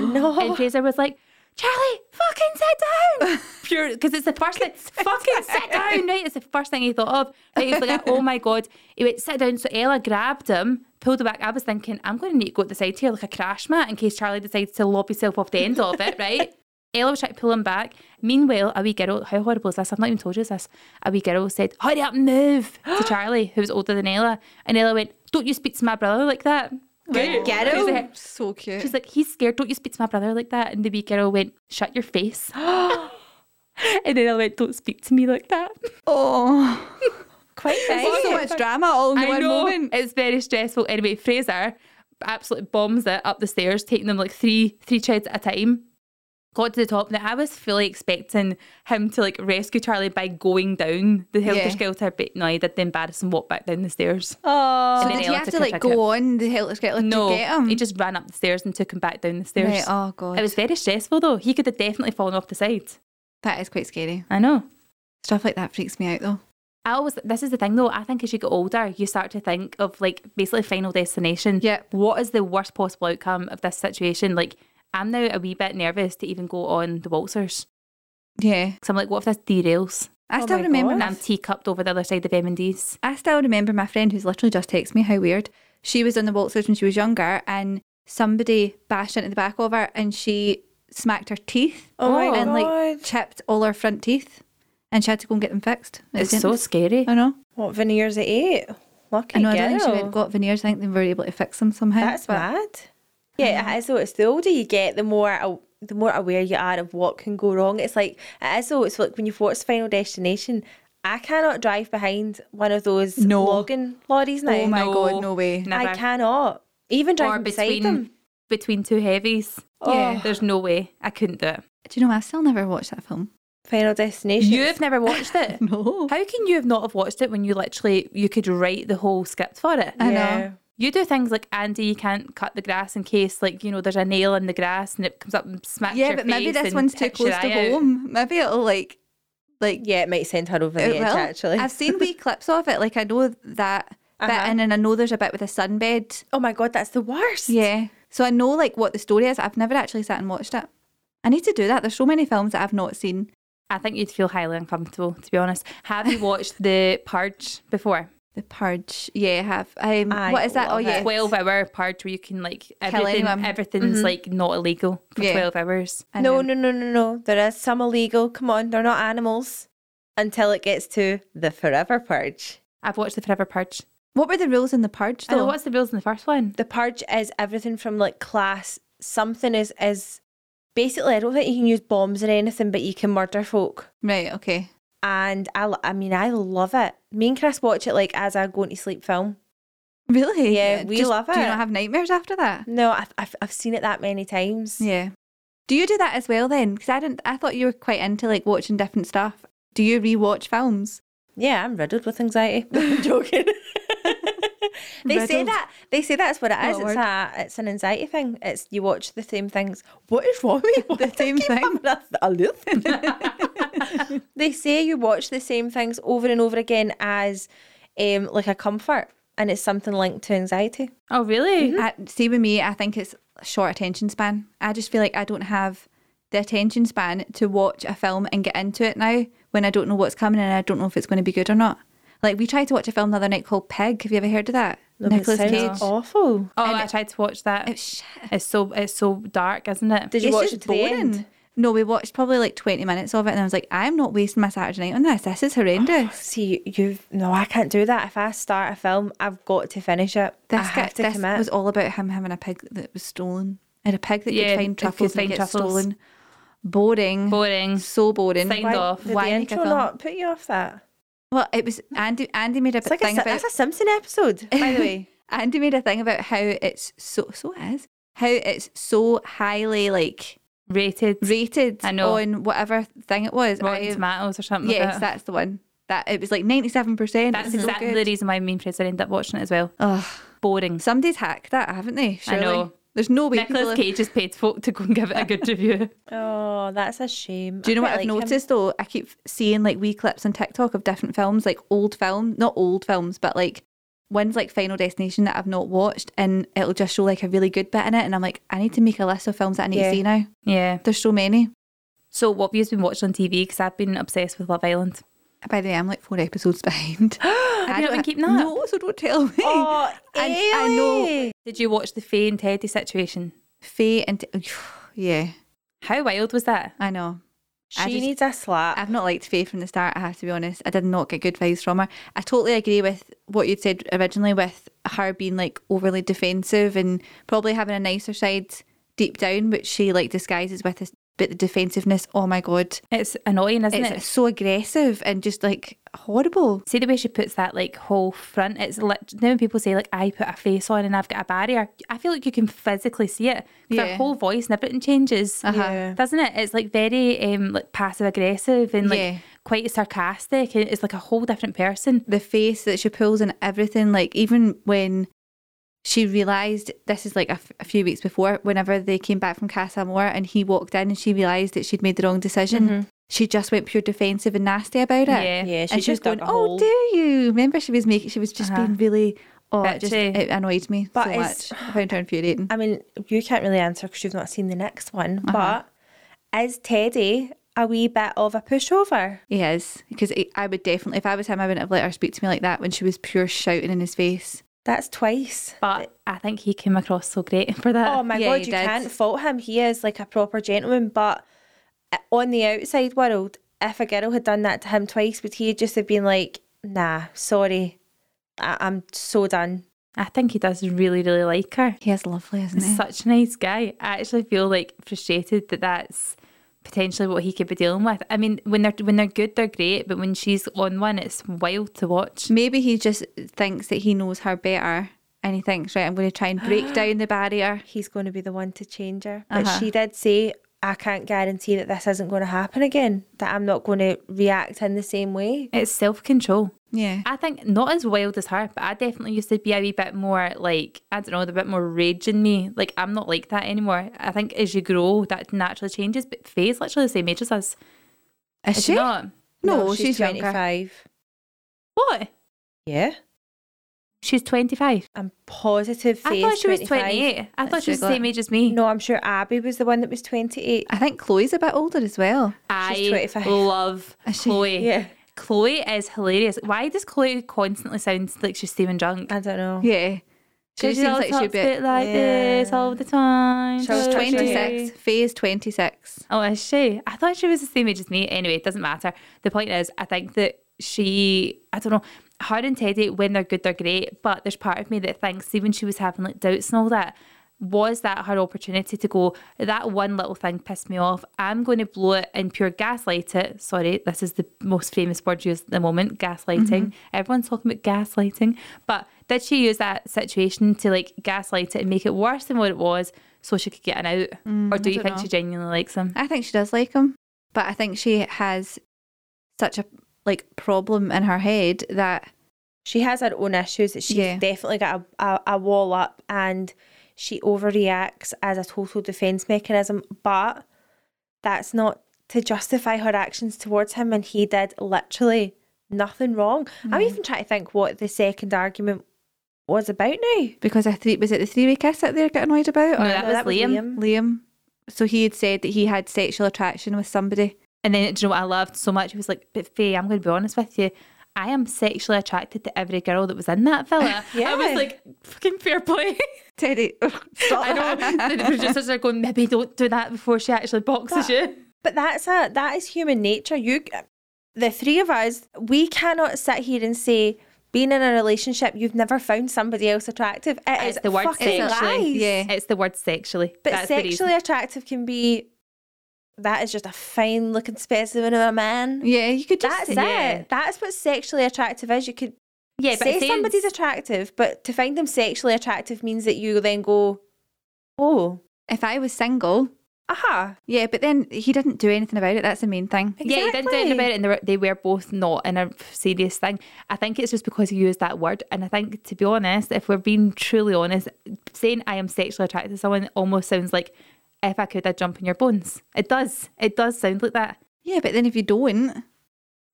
Speaker 2: (laughs)
Speaker 4: no.
Speaker 3: And Fraser was like, Charlie, fucking sit (laughs) down. Pure, because it's the first thing, fucking sit down, right? It's the first thing he thought of. Right? He was like, oh my God. He went, sit down. So Ella grabbed him, pulled him back. I was thinking, I'm going to need to go to the side here, like a crash mat, in case Charlie decides to lob himself off the end of (laughs) it, right? Ella was trying to pull him back. Meanwhile, a wee girl, how horrible is this? I've not even told you this. A wee girl said, hurry up and move (gasps) to Charlie, who was older than Ella. And Ella went, don't you speak to my brother like (gasps) that.
Speaker 4: Good
Speaker 3: Who's the
Speaker 4: ghetto.
Speaker 3: heck-
Speaker 2: So cute.
Speaker 3: She's like, he's scared. Don't you speak to my brother like that. And the wee girl went, shut your (gasps) face. (laughs) and then I went, don't speak to me like (laughs) that.
Speaker 2: oh,
Speaker 4: Quite
Speaker 2: there's so
Speaker 4: nice.
Speaker 2: much drama all in one moment.
Speaker 3: It's very stressful. Anyway, Fraser absolutely bombs it up the stairs, taking them like three three treads at a time. Got to the top. Now I was fully expecting him to like rescue Charlie by going down the helter
Speaker 2: Yeah.
Speaker 3: skelter, but no, he did the embarrassing walk back down the stairs.
Speaker 4: Oh.
Speaker 3: And
Speaker 2: Did
Speaker 3: then
Speaker 2: you
Speaker 3: Ella
Speaker 2: have
Speaker 3: took
Speaker 2: to
Speaker 3: her
Speaker 2: like
Speaker 3: ticket.
Speaker 2: go on the helter skelter
Speaker 3: No,
Speaker 2: to get him?
Speaker 3: he just ran up the stairs and took him back down the stairs.
Speaker 2: Right, oh god,
Speaker 3: It was very stressful though. He could have definitely fallen off the side.
Speaker 2: that is quite scary.
Speaker 3: I know.
Speaker 2: Stuff like that freaks me out though.
Speaker 3: I always this is the thing though. I think as you get older, you start to think of like basically final destination.
Speaker 2: Yep.
Speaker 3: What is the worst possible outcome of this situation? Like I'm now a wee bit nervous to even go on the waltzers
Speaker 2: Yeah,
Speaker 3: because I'm like, what if this derails?
Speaker 2: I
Speaker 4: Oh
Speaker 2: still
Speaker 4: my
Speaker 2: remember
Speaker 4: God.
Speaker 3: And
Speaker 2: my
Speaker 3: I'm teacupped over the other side of M and D's.
Speaker 2: I still remember my friend who's literally just texted me how weird. She was on the waltzers when she was younger and somebody bashed into the back of her and she smacked her teeth
Speaker 4: Oh my
Speaker 2: and like
Speaker 4: God.
Speaker 2: chipped all her front teeth and she had to go and get them fixed. at the
Speaker 3: It's so
Speaker 2: dentist.
Speaker 3: scary.
Speaker 2: I know.
Speaker 4: What veneers at eight? Lucky
Speaker 2: I know. I
Speaker 4: girl.
Speaker 2: don't think she went, got veneers. I think they were able to fix them somehow.
Speaker 4: That's
Speaker 2: but-
Speaker 4: mad. Yeah, it is though. It's the older you get, the more aw- the more aware you are of what can go wrong. It's like it is though. It's like when you've watched Final Destination. I cannot drive behind one of those
Speaker 2: No.
Speaker 4: logging lorries now.
Speaker 2: Oh my
Speaker 3: No.
Speaker 2: god, no way.
Speaker 3: Never.
Speaker 4: I cannot. Even
Speaker 3: or
Speaker 4: driving beside
Speaker 3: between
Speaker 4: them.
Speaker 3: between two heavies. Oh.
Speaker 2: Yeah.
Speaker 3: There's no way. I couldn't do it.
Speaker 2: Do you know I still never watched that film?
Speaker 4: Final Destination.
Speaker 3: You've never watched
Speaker 2: (laughs)
Speaker 3: it.
Speaker 2: No.
Speaker 3: How can you have not have watched it when you literally you could write the whole script for it?
Speaker 2: I know.
Speaker 4: Yeah.
Speaker 3: You do things like Andy, you can't cut the grass in case, like, you know, there's a nail in the grass and it comes up and smacks
Speaker 2: Yeah,
Speaker 3: your
Speaker 2: but maybe
Speaker 3: face
Speaker 2: this
Speaker 3: and
Speaker 2: one's too
Speaker 3: picks your
Speaker 2: close to
Speaker 3: eye out.
Speaker 2: home. Maybe it'll like like
Speaker 4: Yeah, it might send her over the
Speaker 2: It
Speaker 4: edge.
Speaker 2: will.
Speaker 4: Actually,
Speaker 2: Uh, I've seen
Speaker 4: (laughs)
Speaker 2: wee clips of it. Like I know that bit
Speaker 4: Uh-huh.
Speaker 2: in, and I know there's a bit with a sunbed.
Speaker 4: oh my god, that's the worst.
Speaker 2: Yeah. So I know like what the story is. I've never actually sat and watched it. I need to do that. There's so many films that I've not seen.
Speaker 3: I think you'd feel highly uncomfortable, to be honest. Have you watched The Purge before?
Speaker 2: The Purge. Yeah, I have. Um,
Speaker 4: I
Speaker 2: what is that? Oh
Speaker 4: love
Speaker 2: yeah.
Speaker 4: it.
Speaker 3: 12 hour Purge where you can, like, everything,
Speaker 2: anyone. Mm-hmm.
Speaker 3: everything's, like, not illegal for
Speaker 2: Yeah.
Speaker 3: 12 hours.
Speaker 2: I
Speaker 4: no,
Speaker 2: know.
Speaker 4: no, no, no, no. There is some illegal. Come on, they're not animals. Until it gets to the forever purge.
Speaker 3: I've watched The Forever Purge.
Speaker 2: What were the rules in the Purge
Speaker 3: So,
Speaker 2: though?
Speaker 3: what's the rules in the first one?
Speaker 4: the purge is everything from like class something is is basically i don't think you can use bombs or anything but you can murder folk
Speaker 2: right. Okay. (laughs)
Speaker 4: and i, l- I mean i love it me and chris watch it like as a going to sleep film
Speaker 2: Really?
Speaker 4: Yeah, we
Speaker 2: Just-
Speaker 4: love
Speaker 2: Do you
Speaker 4: it.
Speaker 2: not have nightmares after that?
Speaker 4: no i've, I've, I've seen it that many times
Speaker 2: Yeah. Do you do that as well then? Because I didn't. I thought you were quite into like watching different stuff. Do you rewatch films?
Speaker 4: yeah i'm riddled with anxiety (laughs)
Speaker 2: (laughs)
Speaker 4: i'm joking They say
Speaker 2: Riddled.
Speaker 4: that they say that's what it is.
Speaker 2: What
Speaker 4: it's
Speaker 2: a
Speaker 4: a it's an anxiety thing. It's you watch the same things. What is wrong with
Speaker 2: (laughs)
Speaker 4: you?
Speaker 2: The same thing.
Speaker 4: I
Speaker 2: (laughs)
Speaker 4: they say you watch the same things over and over again as um, like a comfort, and it's something linked to anxiety.
Speaker 3: Oh, really?
Speaker 2: I, see with me, I think it's short attention span. I just feel like I don't have the attention span to watch a film and get into it now when I don't know what's coming and I don't know if it's going to be good or not. Like we tried to watch a film the other night called Pig. Have you ever heard of that?
Speaker 4: No, but it
Speaker 2: Nicholas
Speaker 4: sounds
Speaker 2: Cage.
Speaker 4: Awful.
Speaker 3: Oh, I tried to watch that.
Speaker 2: It's Oh, shit.
Speaker 3: It's so it's so dark, isn't it?
Speaker 4: Did you
Speaker 2: It's
Speaker 4: watch
Speaker 2: just
Speaker 4: it to the end?
Speaker 2: No, we watched probably like twenty minutes of it, and I was like, I'm not wasting my Saturday night on this. This is horrendous.
Speaker 4: See, you've no, I can't do that. If I start a film, I've got to finish it.
Speaker 2: This,
Speaker 4: (sighs) I have
Speaker 2: guy-
Speaker 4: to
Speaker 2: this
Speaker 4: commit.
Speaker 2: was all about him having a pig that was stolen and a pig that
Speaker 3: Yeah,
Speaker 2: could find
Speaker 3: it could
Speaker 2: truffles
Speaker 3: find
Speaker 2: and get
Speaker 3: truffles.
Speaker 2: stolen. Boring.
Speaker 3: Boring.
Speaker 2: So boring.
Speaker 3: Signed
Speaker 4: Why-
Speaker 3: off.
Speaker 4: Did
Speaker 2: Why
Speaker 4: the
Speaker 2: make a
Speaker 4: intro
Speaker 2: film?
Speaker 4: not put you off that?
Speaker 2: Well, it was Andy. Andy made a
Speaker 4: It's like a,
Speaker 2: thing
Speaker 4: Si-
Speaker 2: about.
Speaker 4: that's a Simpson episode, by the way.
Speaker 2: (laughs) Andy made a thing about how it's so so it is how it's so highly like
Speaker 3: Rated.
Speaker 2: rated
Speaker 3: I know.
Speaker 2: on whatever thing it was.
Speaker 3: Rotten
Speaker 2: I-
Speaker 3: Tomatoes or something. like
Speaker 4: Uh-huh.
Speaker 2: yes,
Speaker 3: that.
Speaker 2: that's the one. That it was like ninety seven percent. Oh.
Speaker 3: That's exactly the reason why me and Fraser ended up watching it as well.
Speaker 2: Ugh,
Speaker 3: boring.
Speaker 2: Somebody's hacked that, haven't they?
Speaker 3: I
Speaker 2: Surely.
Speaker 3: know.
Speaker 2: There's no way. people
Speaker 3: Nicholas
Speaker 2: have-
Speaker 3: Cage has paid folk to go and give it a good review.
Speaker 4: (laughs) Oh, that's a shame.
Speaker 2: Do you know
Speaker 4: I
Speaker 2: what
Speaker 4: quite
Speaker 2: I've
Speaker 4: like um, him.
Speaker 2: noticed though? I keep seeing like wee clips on TikTok of different films, like old film, not old films, but like ones like Final Destination that I've not watched, and it'll just show like a really good bit in it, and I'm like, I need to make a list of films that I need
Speaker 4: Yeah.
Speaker 2: to see now.
Speaker 3: yeah.
Speaker 2: There's so many.
Speaker 3: So what have you been watching on TV? Because I've been obsessed with Love Island.
Speaker 2: By the way, I'm like four episodes (laughs) behind.
Speaker 3: Have
Speaker 2: I
Speaker 3: you not
Speaker 2: don't-
Speaker 3: been keeping that?
Speaker 2: No, so don't tell me.
Speaker 4: Oh,
Speaker 2: (laughs) I- I know.
Speaker 4: Ailey.
Speaker 3: Did you watch the Faye and Teddy situation?
Speaker 2: Faye and (sighs) yeah,
Speaker 3: How wild was that?
Speaker 2: I know.
Speaker 4: She
Speaker 2: I just-
Speaker 4: needs a slap.
Speaker 2: I've not liked Faye from the start, I have to be honest. I did not get good vibes from her. I totally agree with what you'd said originally with her being like overly defensive and probably having a nicer side deep down, which she like disguises with this but the defensiveness, oh my god.
Speaker 3: It's annoying, isn't
Speaker 2: It's
Speaker 3: it?
Speaker 2: so aggressive and just like horrible.
Speaker 3: See the way she puts that like whole front. It's lit- you know when people say like I put a face on and I've got a barrier. I feel like you can physically see it. Her
Speaker 2: Yeah.
Speaker 3: whole voice and everything changes,
Speaker 2: Uh-huh.
Speaker 4: Yeah.
Speaker 3: doesn't it? It's like very um like passive aggressive and like
Speaker 2: Yeah.
Speaker 3: quite sarcastic. and It's like a whole different person.
Speaker 2: the face that she pulls and everything like even when she realized this is like a, f- a few weeks before whenever they came back from Casa Amor and he walked in and she realized that she'd made the wrong decision she just went pure defensive and nasty about it
Speaker 3: Yeah.
Speaker 4: Mm-hmm. Yeah, she
Speaker 2: and she was
Speaker 4: just
Speaker 2: going
Speaker 4: dug a
Speaker 2: oh
Speaker 4: hole.
Speaker 2: do you remember she was making she was just
Speaker 3: Uh-huh.
Speaker 2: being really oh it just
Speaker 3: Bitchy.
Speaker 2: it annoyed me
Speaker 4: But
Speaker 2: so
Speaker 4: it's-
Speaker 2: much I found her infuriating
Speaker 4: I mean, you can't really answer because you've not seen the next one.
Speaker 2: Uh-huh.
Speaker 4: But is Teddy a wee bit of a pushover?
Speaker 2: he is because I- I would definitely if I was him I wouldn't have let her speak to me like that when she was pure shouting in his face
Speaker 4: That's twice.
Speaker 3: But I think he came across so great for that.
Speaker 4: Oh my
Speaker 2: Uh, yeah,
Speaker 4: god,
Speaker 2: he
Speaker 4: you
Speaker 2: did.
Speaker 4: can't fault him. He is like a proper gentleman. But uh, on the outside world, if a girl had done that to him twice, would he just have been like, "Nah, sorry, I- I'm so done."
Speaker 3: I think he does really really like her.
Speaker 2: he is lovely isn't he
Speaker 3: He's such a nice guy. I actually feel like frustrated that that's potentially what he could be dealing with. I mean, when they're when they're good, they're great, but when she's on one, it's wild to watch.
Speaker 2: Maybe he just thinks that he knows her better and he thinks, right, I'm going to try and break (gasps) down the barrier.
Speaker 4: He's going to be the one to change her. But
Speaker 2: Uh-huh.
Speaker 4: she did say, "I can't guarantee that this isn't going to happen again. That I'm not going to react in the same way."
Speaker 3: It's self control.
Speaker 2: Yeah.
Speaker 3: I think not as wild as her, but I definitely used to be a wee bit more like I don't know, a bit more rage in me. Like I'm not like that anymore. I think as you grow, that naturally changes. But Faye's literally the same age as us.
Speaker 2: Is,
Speaker 3: Is
Speaker 2: she?
Speaker 3: not?
Speaker 2: No, she's, younger.
Speaker 4: 25.
Speaker 3: What?
Speaker 4: Yeah.
Speaker 3: She's 25.
Speaker 4: I'm positive.
Speaker 3: I
Speaker 4: Faye's
Speaker 3: thought she was
Speaker 4: 25.
Speaker 3: 28. I thought
Speaker 2: Let's
Speaker 3: she was the
Speaker 2: Google it.
Speaker 3: same age as me.
Speaker 4: No, I'm sure Abby was the one that was 28.
Speaker 2: I think Chloe's a bit older as well.
Speaker 3: I
Speaker 4: 25.
Speaker 3: love
Speaker 2: (laughs) Is she?
Speaker 3: Chloe.
Speaker 4: Yeah.
Speaker 3: Chloe is hilarious. Why does Chloe constantly sound like she's steaming drunk?
Speaker 4: I don't know.
Speaker 2: Yeah. Uh, She
Speaker 3: She
Speaker 2: just seems
Speaker 3: all
Speaker 2: like
Speaker 3: talks
Speaker 2: she'd be.
Speaker 3: bit like this all the time.
Speaker 4: She
Speaker 2: She's
Speaker 4: was
Speaker 3: Chloe.
Speaker 2: 26. Faye is 26.
Speaker 3: Oh, is she? I thought she was the same age as me. Anyway, it doesn't matter. The point is, I think that she, I don't know, her and Teddy, when they're good, they're great. But there's part of me that thinks, see, when she was having like doubts and all that, was that her opportunity to go, that one little thing pissed me off. I'm going to blow it and pure gaslight it. Sorry, this is the most famous word used at the moment gaslighting.
Speaker 2: Mm-hmm.
Speaker 3: Everyone's talking about gaslighting. But did she use that situation to like gaslight it and make it worse than what it was so she could get an out? or
Speaker 2: Mm, I
Speaker 3: do you
Speaker 2: don't
Speaker 3: think
Speaker 2: know.
Speaker 3: she genuinely likes him?
Speaker 2: I think she does like him, but I think she has such a like problem in her head that
Speaker 4: She has her own issues. that She's
Speaker 2: Yeah.
Speaker 4: definitely got a, a, a wall up and she overreacts as a total defense mechanism. But that's not to justify her actions towards him. And he did literally nothing wrong. I'm even trying to think what the second argument was about now.
Speaker 2: because I think was it the three way kiss that they got annoyed about
Speaker 3: No,
Speaker 2: or
Speaker 3: that was Liam.
Speaker 2: Liam. So he had said that he had sexual attraction with somebody.
Speaker 3: And then, do you know what I loved so much? He was like, But Faye, I'm going to be honest with you. I am sexually attracted to every girl that was in that villa. I was
Speaker 4: (laughs) Yeah.
Speaker 3: like, fucking fair play. (laughs)
Speaker 2: Teddy, (laughs)
Speaker 3: I know the producers are going, maybe don't do that before she actually boxes
Speaker 4: But-
Speaker 3: you.
Speaker 4: But that's a that is human nature. You, the three of us, we cannot sit here and say being in a relationship you've never found somebody else attractive. It is
Speaker 3: It's the word
Speaker 4: fucking
Speaker 3: sexually.
Speaker 4: lies.
Speaker 2: Yeah.
Speaker 3: It's the word sexually.
Speaker 4: But
Speaker 3: That's the reason.
Speaker 4: sexually attractive can be that is just a fine looking specimen of a man.
Speaker 2: (laughs) Yeah, you could just
Speaker 4: That's
Speaker 2: say-
Speaker 4: it.
Speaker 3: yeah.
Speaker 4: That's what sexually attractive is. You could
Speaker 3: Yeah, but
Speaker 4: say
Speaker 3: saying-
Speaker 4: somebody's attractive, but to find them sexually attractive means that you then go, oh,
Speaker 2: If I was single
Speaker 4: Aha.
Speaker 2: Yeah, but then he didn't do anything about it. That's the main thing.
Speaker 3: Yeah, he did do
Speaker 4: Exactly.
Speaker 3: it about it, and they were, they were both not in a serious thing. I think it's just because he used that word, and I think, to be honest, if we're being truly honest, saying I am sexually attracted to someone almost sounds like if I could, I'd jump in your bones. It does. It does sound like that.
Speaker 2: Yeah, but then if you don't,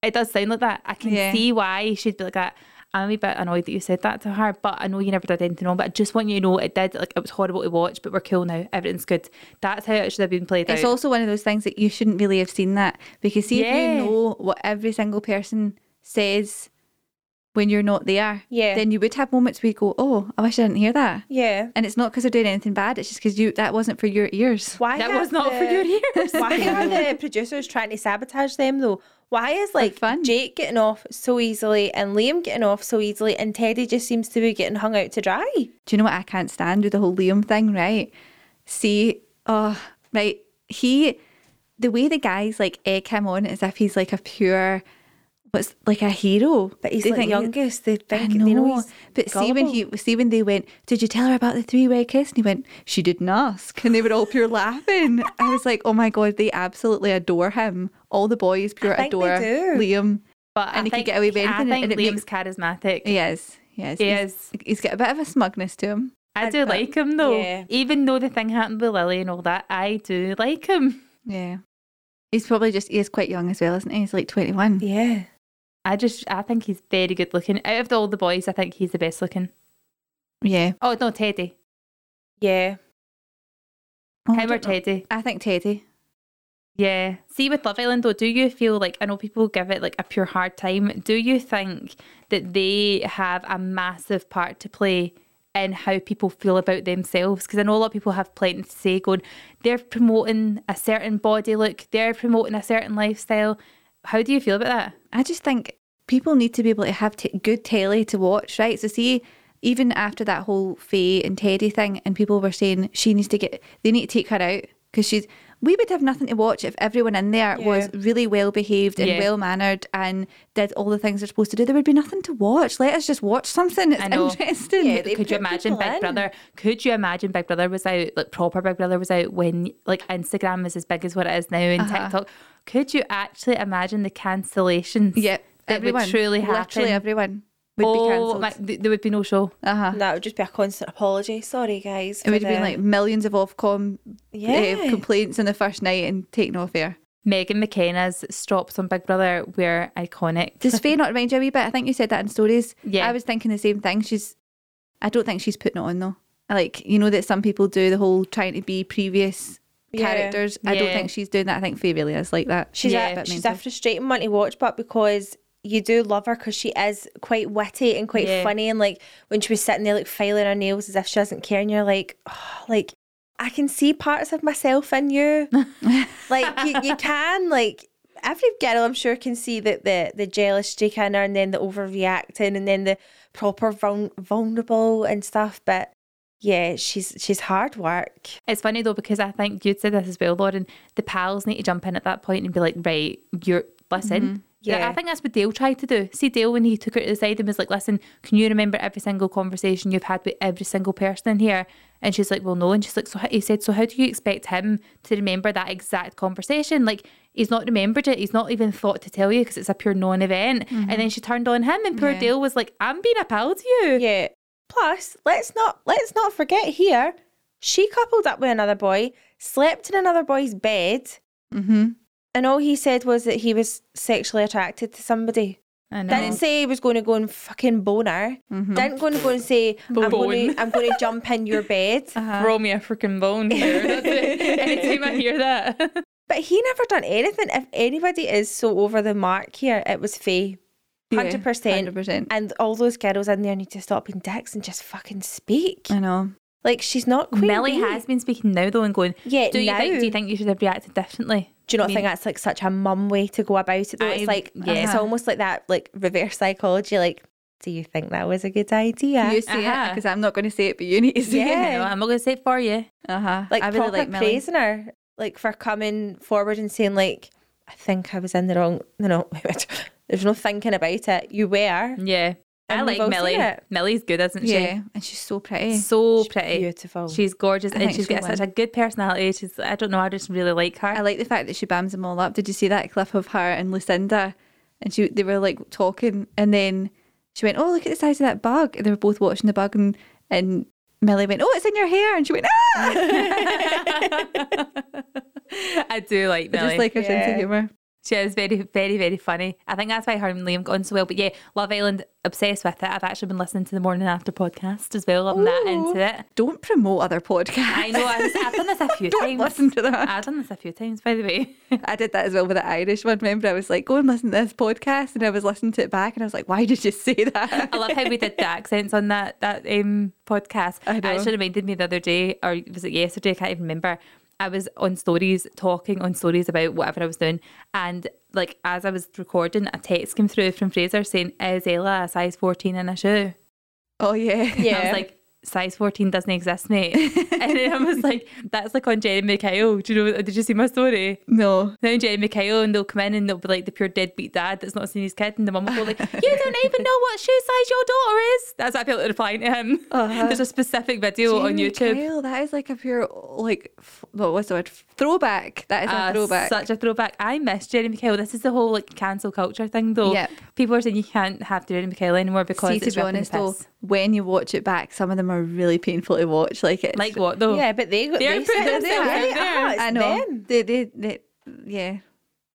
Speaker 3: It does sound like that. I can
Speaker 2: Yeah.
Speaker 3: see why she'd be like that. I'm a wee bit annoyed that you said that to her, but I know you never did anything wrong. But I just want you to know it did. Like it was horrible to watch, but we're cool now. Everything's good. That's how it should have been played
Speaker 2: it's
Speaker 3: out.
Speaker 2: also one of those things that you shouldn't really have seen that because see
Speaker 3: Yeah.
Speaker 2: if you know what every single person says when you're not there,
Speaker 4: Yeah.
Speaker 2: then you would have moments where you go, "Oh, I wish I didn't hear that,"
Speaker 4: Yeah.
Speaker 2: and it's not because they're doing anything bad. It's just because you that wasn't for your ears.
Speaker 4: Why
Speaker 3: that
Speaker 4: have
Speaker 3: was not for
Speaker 2: (laughs)
Speaker 4: the-
Speaker 3: your ears.
Speaker 4: Why are the producers trying to sabotage them though? Why is like
Speaker 2: fun.
Speaker 4: Jake getting off so easily and Liam getting off so easily and Teddy just seems to be getting hung out to dry?
Speaker 2: do you know what I can't stand with the whole Liam thing, right? See, oh, right, he, the way the guys like egg him on as if he's like a pure, what's like a hero.
Speaker 4: But he's
Speaker 2: They
Speaker 4: like
Speaker 2: think he-
Speaker 4: youngest. They
Speaker 2: I
Speaker 4: think
Speaker 2: know,
Speaker 4: they know he's
Speaker 2: but see when he, see when they went, did you tell her about the three-way kiss? And he went, she didn't ask, and they were all pure laughing. I was like, oh my god, they absolutely adore him. All the boys pure
Speaker 4: think they
Speaker 2: adore
Speaker 4: do.
Speaker 2: Liam.
Speaker 3: But
Speaker 2: And
Speaker 3: I
Speaker 2: he could
Speaker 3: think-
Speaker 2: get away with
Speaker 3: I
Speaker 2: anything,
Speaker 3: think
Speaker 2: and it
Speaker 3: Liam's charismatic.
Speaker 2: Yes, yes,
Speaker 3: He
Speaker 2: he's-
Speaker 3: is.
Speaker 2: He's got a bit of a smugness to him.
Speaker 3: I
Speaker 4: I'd
Speaker 3: do
Speaker 4: put-
Speaker 3: like him though.
Speaker 4: yeah.
Speaker 3: Even though the thing happened with Lily and all that, I do like him.
Speaker 2: Yeah. He's probably just, he is quite young as well, isn't he? He's like 21.
Speaker 4: Yeah.
Speaker 3: I just I think he's very good looking. Out of the, all the boys, I think he's the best looking.
Speaker 2: Yeah.
Speaker 3: Oh no, Teddy.
Speaker 4: Yeah.
Speaker 2: Oh, I
Speaker 3: him or
Speaker 2: don't know.
Speaker 3: Teddy.
Speaker 2: I think Teddy.
Speaker 3: Yeah. See with Love Island though, do you feel like I know people give it like a pure hard time. Do you think that they have a massive part to play in how people feel about themselves? Because I know a lot of people have plenty to say going, they're promoting a certain body look, they're promoting a certain lifestyle. How do you feel about that?
Speaker 2: I just think people need to be able to have t- good telly to watch, right? So, see, even after that whole Faye and Teddy thing, and people were saying she needs to get, they need to take her out because she's, we would have nothing to watch if everyone in there was really well behaved and
Speaker 3: Yeah.
Speaker 2: well mannered and did all the things they're supposed to do. There would be nothing to watch. Let us just watch something that's
Speaker 3: I know.
Speaker 2: interesting.
Speaker 4: Yeah, they-
Speaker 3: could you
Speaker 4: put
Speaker 3: imagine
Speaker 4: people
Speaker 3: Big
Speaker 4: in.
Speaker 3: Brother? Could you imagine Big Brother was out, like proper Big Brother was out when like Instagram was as big as what it is now and
Speaker 2: Uh-huh.
Speaker 3: TikTok? Could you actually imagine the cancellations?
Speaker 2: yeah,
Speaker 3: that
Speaker 2: everyone.
Speaker 3: would truly happen.
Speaker 2: Literally everyone would
Speaker 3: oh,
Speaker 2: be cancelled.
Speaker 3: my- th- there would be no show.
Speaker 2: Uh huh.
Speaker 4: That would just be a constant apology. Sorry guys.
Speaker 2: It
Speaker 4: for
Speaker 2: would have been
Speaker 4: the-
Speaker 2: like millions of Ofcom
Speaker 4: Yeah.
Speaker 2: uh, complaints on the first night and taken off air.
Speaker 3: Megan McKenna's strops on Big Brother were iconic.
Speaker 2: Does Faye not remind you a wee bit? I think you said that in stories.
Speaker 3: Yeah.
Speaker 2: I was thinking the same thing. She's, I don't think she's putting it on though. Like, you know, that some people do the whole trying to be previous
Speaker 4: Yeah.
Speaker 2: characters. I don't
Speaker 3: Yeah.
Speaker 2: think she's doing that. I think Faye really is like that.
Speaker 4: She's
Speaker 3: Yeah,
Speaker 4: a
Speaker 2: but
Speaker 4: she's
Speaker 2: mental.
Speaker 4: a frustrating one to watch, but because you do love her because she is quite witty and quite
Speaker 3: Yeah.
Speaker 4: funny, and like when she was sitting there like filing her nails as if she doesn't care, and you're like, oh, like I can see parts of myself
Speaker 3: (laughs)
Speaker 4: in you. like you, you can like. Every girl, I'm sure, can see that the the jealous streak in her, and then the overreacting, and then the proper vul- vulnerable and stuff. But yeah, she's she's hard work.
Speaker 3: It's funny though because I think you'd said this as well, Lauren. The pals need to jump in at that point and be like, right, you're listen. Yeah.
Speaker 4: Yeah.
Speaker 3: I think that's what Dale tried to do. See Dale when he took her to the side and was like, listen, can you remember every single conversation you've had with every single person in here? And she's like, well, no. And she's like, so how- he said, so how do you expect him to remember that exact conversation? Like he's not remembered it. He's not even thought to tell you because it's a pure non-event. And then she turned on him, and poor
Speaker 2: Yeah.
Speaker 3: Dale was like, I'm being a pal to you.
Speaker 4: Yeah. Plus, let's not let's not forget here, she coupled up with another boy, slept in another boy's bed,
Speaker 2: Mhm.
Speaker 4: and all he said was that he was sexually attracted to somebody.
Speaker 3: I know.
Speaker 4: Didn't say he was going to go and fucking bone her. Didn't go and go and say I'm going
Speaker 3: Bone.
Speaker 4: to (laughs) I'm going to jump in your bed.
Speaker 3: Throw me a freaking bone here. That's it. Anytime I hear that.
Speaker 4: But he never done anything. If anybody is so over the mark here, it was Faye. Hundred percent.
Speaker 2: 100%.
Speaker 4: And all those girls in there need to stop being dicks and just fucking speak.
Speaker 2: I know.
Speaker 4: Like she's not Queen
Speaker 3: Millie
Speaker 4: Bee.
Speaker 3: has been speaking now though and going,
Speaker 4: Yeah,
Speaker 3: do you
Speaker 4: now.
Speaker 3: think do you think you should have reacted differently? (laughs)
Speaker 4: Do you not
Speaker 3: I mean-
Speaker 4: think that's like such a mum way to go about it? Though
Speaker 3: I-
Speaker 4: it's like uh, it's
Speaker 3: yeah.
Speaker 4: almost like that like reverse psychology. Like, do you think that was a good idea?
Speaker 2: You say it
Speaker 3: Uh-huh.
Speaker 2: because I'm not going to say it, but you need to say
Speaker 4: Yeah.
Speaker 2: it.
Speaker 3: I know, I'm not gonna say it for you.
Speaker 2: Uh huh.
Speaker 4: like
Speaker 2: I really
Speaker 4: proper
Speaker 2: like Millie.
Speaker 4: praising her, like for coming forward and saying like, (laughs) I think I was in the wrong. No, no, there's no thinking about it. You were,
Speaker 3: Yeah. I
Speaker 4: And we've
Speaker 3: like
Speaker 4: all
Speaker 3: Millie.
Speaker 4: seen it.
Speaker 3: Millie's good, isn't she?
Speaker 2: Yeah, and she's so pretty.
Speaker 3: So pretty.
Speaker 4: beautiful.
Speaker 3: She's gorgeous, and
Speaker 2: think
Speaker 3: she's
Speaker 2: she'll
Speaker 3: got
Speaker 2: win.
Speaker 3: such a good personality. She's I don't know. I just really like her.
Speaker 2: I like the fact that she bams them all up. Did you see that clip of her and Lucinda? And she they were like talking and then she went, Oh, look at the size of that bug. And they were both watching the bug and and Millie went, Oh, it's in your hair and she went, Ah
Speaker 3: (laughs) I do like
Speaker 2: I
Speaker 3: Millie.
Speaker 2: just like her sense of
Speaker 4: Yeah.
Speaker 2: humour.
Speaker 3: she is very, very, very funny. I think that's why her and Liam got on so well. But yeah, Love Island, obsessed with it. I've actually been listening to the Morning After podcast as well. I'm that into it.
Speaker 2: Don't promote other podcasts.
Speaker 3: I know. I, I've done this a
Speaker 2: (laughs)
Speaker 3: few
Speaker 2: Don't
Speaker 3: times.
Speaker 2: listen to that.
Speaker 3: I've done this a few times, by the way. (laughs)
Speaker 2: I did that as well with the Irish one. Remember, I was like, go and listen to this podcast. And I was listening to it back and I was like, why did you say that?
Speaker 3: (laughs)
Speaker 2: (laughs)
Speaker 3: I love how we did the accents on that that um, podcast.
Speaker 2: I
Speaker 3: It
Speaker 2: know.
Speaker 3: actually reminded me the other day, or was it yesterday? I can't even remember. I was on stories talking on stories about whatever I was doing, and like as I was recording, a text came through from Fraser saying, "Is Ella a size fourteen in a shoe?"
Speaker 2: oh, yeah.
Speaker 3: And I was like. Size 14 doesn't exist, mate. (laughs) and then I was like, that's like on Jeremy Kyle. Do you know, did you see my story?
Speaker 2: (laughs) No.
Speaker 3: now Jeremy Kyle and they'll come in and they'll be like the pure deadbeat dad that's not seen his kid and the mum will go like
Speaker 2: (laughs)
Speaker 3: you don't even know what shoe size your daughter is that's what I feel like replying to him
Speaker 2: Uh-huh.
Speaker 3: there's a specific video on
Speaker 2: Jeremy
Speaker 3: YouTube
Speaker 2: Kyle, that is like a pure, like, f- what was the word? Throwback. That is
Speaker 3: Uh,
Speaker 2: a throwback.
Speaker 3: Such a throwback. I miss Jeremy Kyle. This is the whole like cancel culture thing, though.
Speaker 2: Yep.
Speaker 3: People are saying you can't have Jeremy Kyle anymore because
Speaker 2: See,
Speaker 3: it's
Speaker 2: to be
Speaker 3: ripping the
Speaker 2: honest, though,
Speaker 3: piss.
Speaker 2: when you watch it back, some of them are really painful to watch. Like it's
Speaker 3: Like what though?
Speaker 4: yeah, but they got
Speaker 3: They're
Speaker 4: they set
Speaker 3: putting
Speaker 4: themselves
Speaker 3: themselves out
Speaker 4: out
Speaker 3: there.
Speaker 4: there. (laughs) It's
Speaker 2: I know
Speaker 4: them.
Speaker 2: Ah, they, they, they, yeah,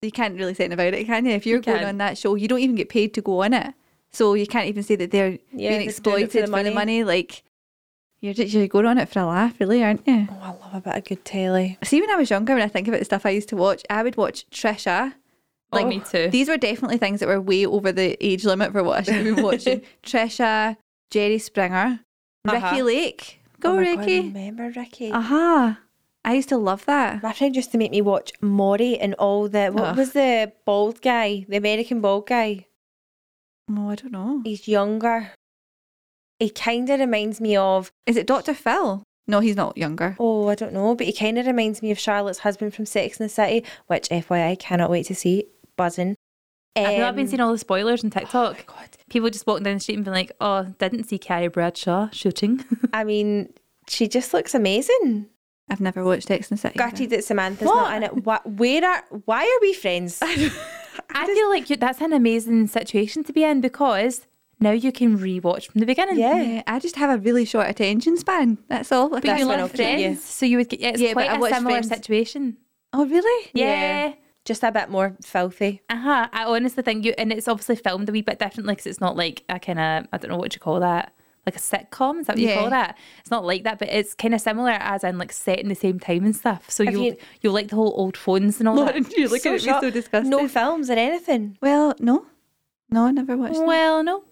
Speaker 2: you can't really say anything about it, can you? If you're going
Speaker 3: can.
Speaker 2: on that show, you don't even get paid to go on it, so you can't even say that they're
Speaker 4: Yeah,
Speaker 2: being
Speaker 4: they're doing it for the
Speaker 2: exploited for the, money.
Speaker 4: money.
Speaker 2: Like you're just you're going on it for a laugh, really, aren't you?
Speaker 4: Oh, I love a bit of good telly.
Speaker 2: See, when I was younger, when I think about the stuff I used to watch, I would watch Trisha.
Speaker 3: like me too.
Speaker 2: Oh, These were definitely things that were way over the age limit for what I should have
Speaker 4: (laughs)
Speaker 2: been watching. Trisha, Jerry Springer, Ricky
Speaker 4: Uh-huh.
Speaker 2: Lake. Go,
Speaker 4: oh my God, I
Speaker 2: Ricky. Ah.
Speaker 4: remember Ricky?
Speaker 2: Aha. I used to love that.
Speaker 4: My friend used to make me watch Maury and all the what
Speaker 2: Ugh.
Speaker 4: was the bald guy, the American bald guy.
Speaker 2: Oh, I don't know.
Speaker 4: He's younger. He kind of reminds me of
Speaker 2: Is it Dr. Phil? No, he's not younger.
Speaker 4: oh I don't know, but he kind of reminds me of Charlotte's husband from Sex and the City, which FYI cannot wait to see. Buzzing.
Speaker 3: I know I've been
Speaker 4: Um, oh
Speaker 3: seeing all the spoilers on TikTok. People just walking down the street and being like, "Oh, didn't see Carrie Bradshaw shooting." (laughs)
Speaker 4: I mean, she just looks amazing.
Speaker 2: I've never watched X and the City.
Speaker 4: Gutted that Samantha's
Speaker 3: What?
Speaker 4: not in it. Why, where are? Why are
Speaker 3: (laughs)
Speaker 4: we friends?
Speaker 3: I feel like you, that's an amazing situation to be in because now you can rewatch from the beginning.
Speaker 4: Yeah.
Speaker 2: Yeah, I just have a really short attention span. That's all. Like,
Speaker 3: but
Speaker 4: That's
Speaker 3: you
Speaker 4: when
Speaker 3: love
Speaker 4: I'll get you.
Speaker 3: Friends, so you would get yeah, it's
Speaker 2: Yeah, but
Speaker 3: quite
Speaker 2: I
Speaker 3: a
Speaker 2: watch
Speaker 3: similar
Speaker 2: Friends.
Speaker 3: situation.
Speaker 2: oh, really?
Speaker 3: Yeah.
Speaker 4: Just a bit more filthy.
Speaker 3: Uh huh. I honestly think you, and it's obviously filmed a wee bit differently because it's not like a kind of I don't know what you call that, like a sitcom. Is that what you
Speaker 2: Yeah.
Speaker 3: call that? It's not like that, but it's kind of similar as in like set in the same time and stuff. So
Speaker 4: Have
Speaker 3: you
Speaker 4: you-
Speaker 3: you will like the whole old phones and all
Speaker 2: Lauren, (laughs)
Speaker 3: that.
Speaker 2: you're looking at me
Speaker 4: shocked.
Speaker 2: so disgusted.
Speaker 4: No films or anything.
Speaker 2: Well, no. No, I never watched that.
Speaker 3: Well, no.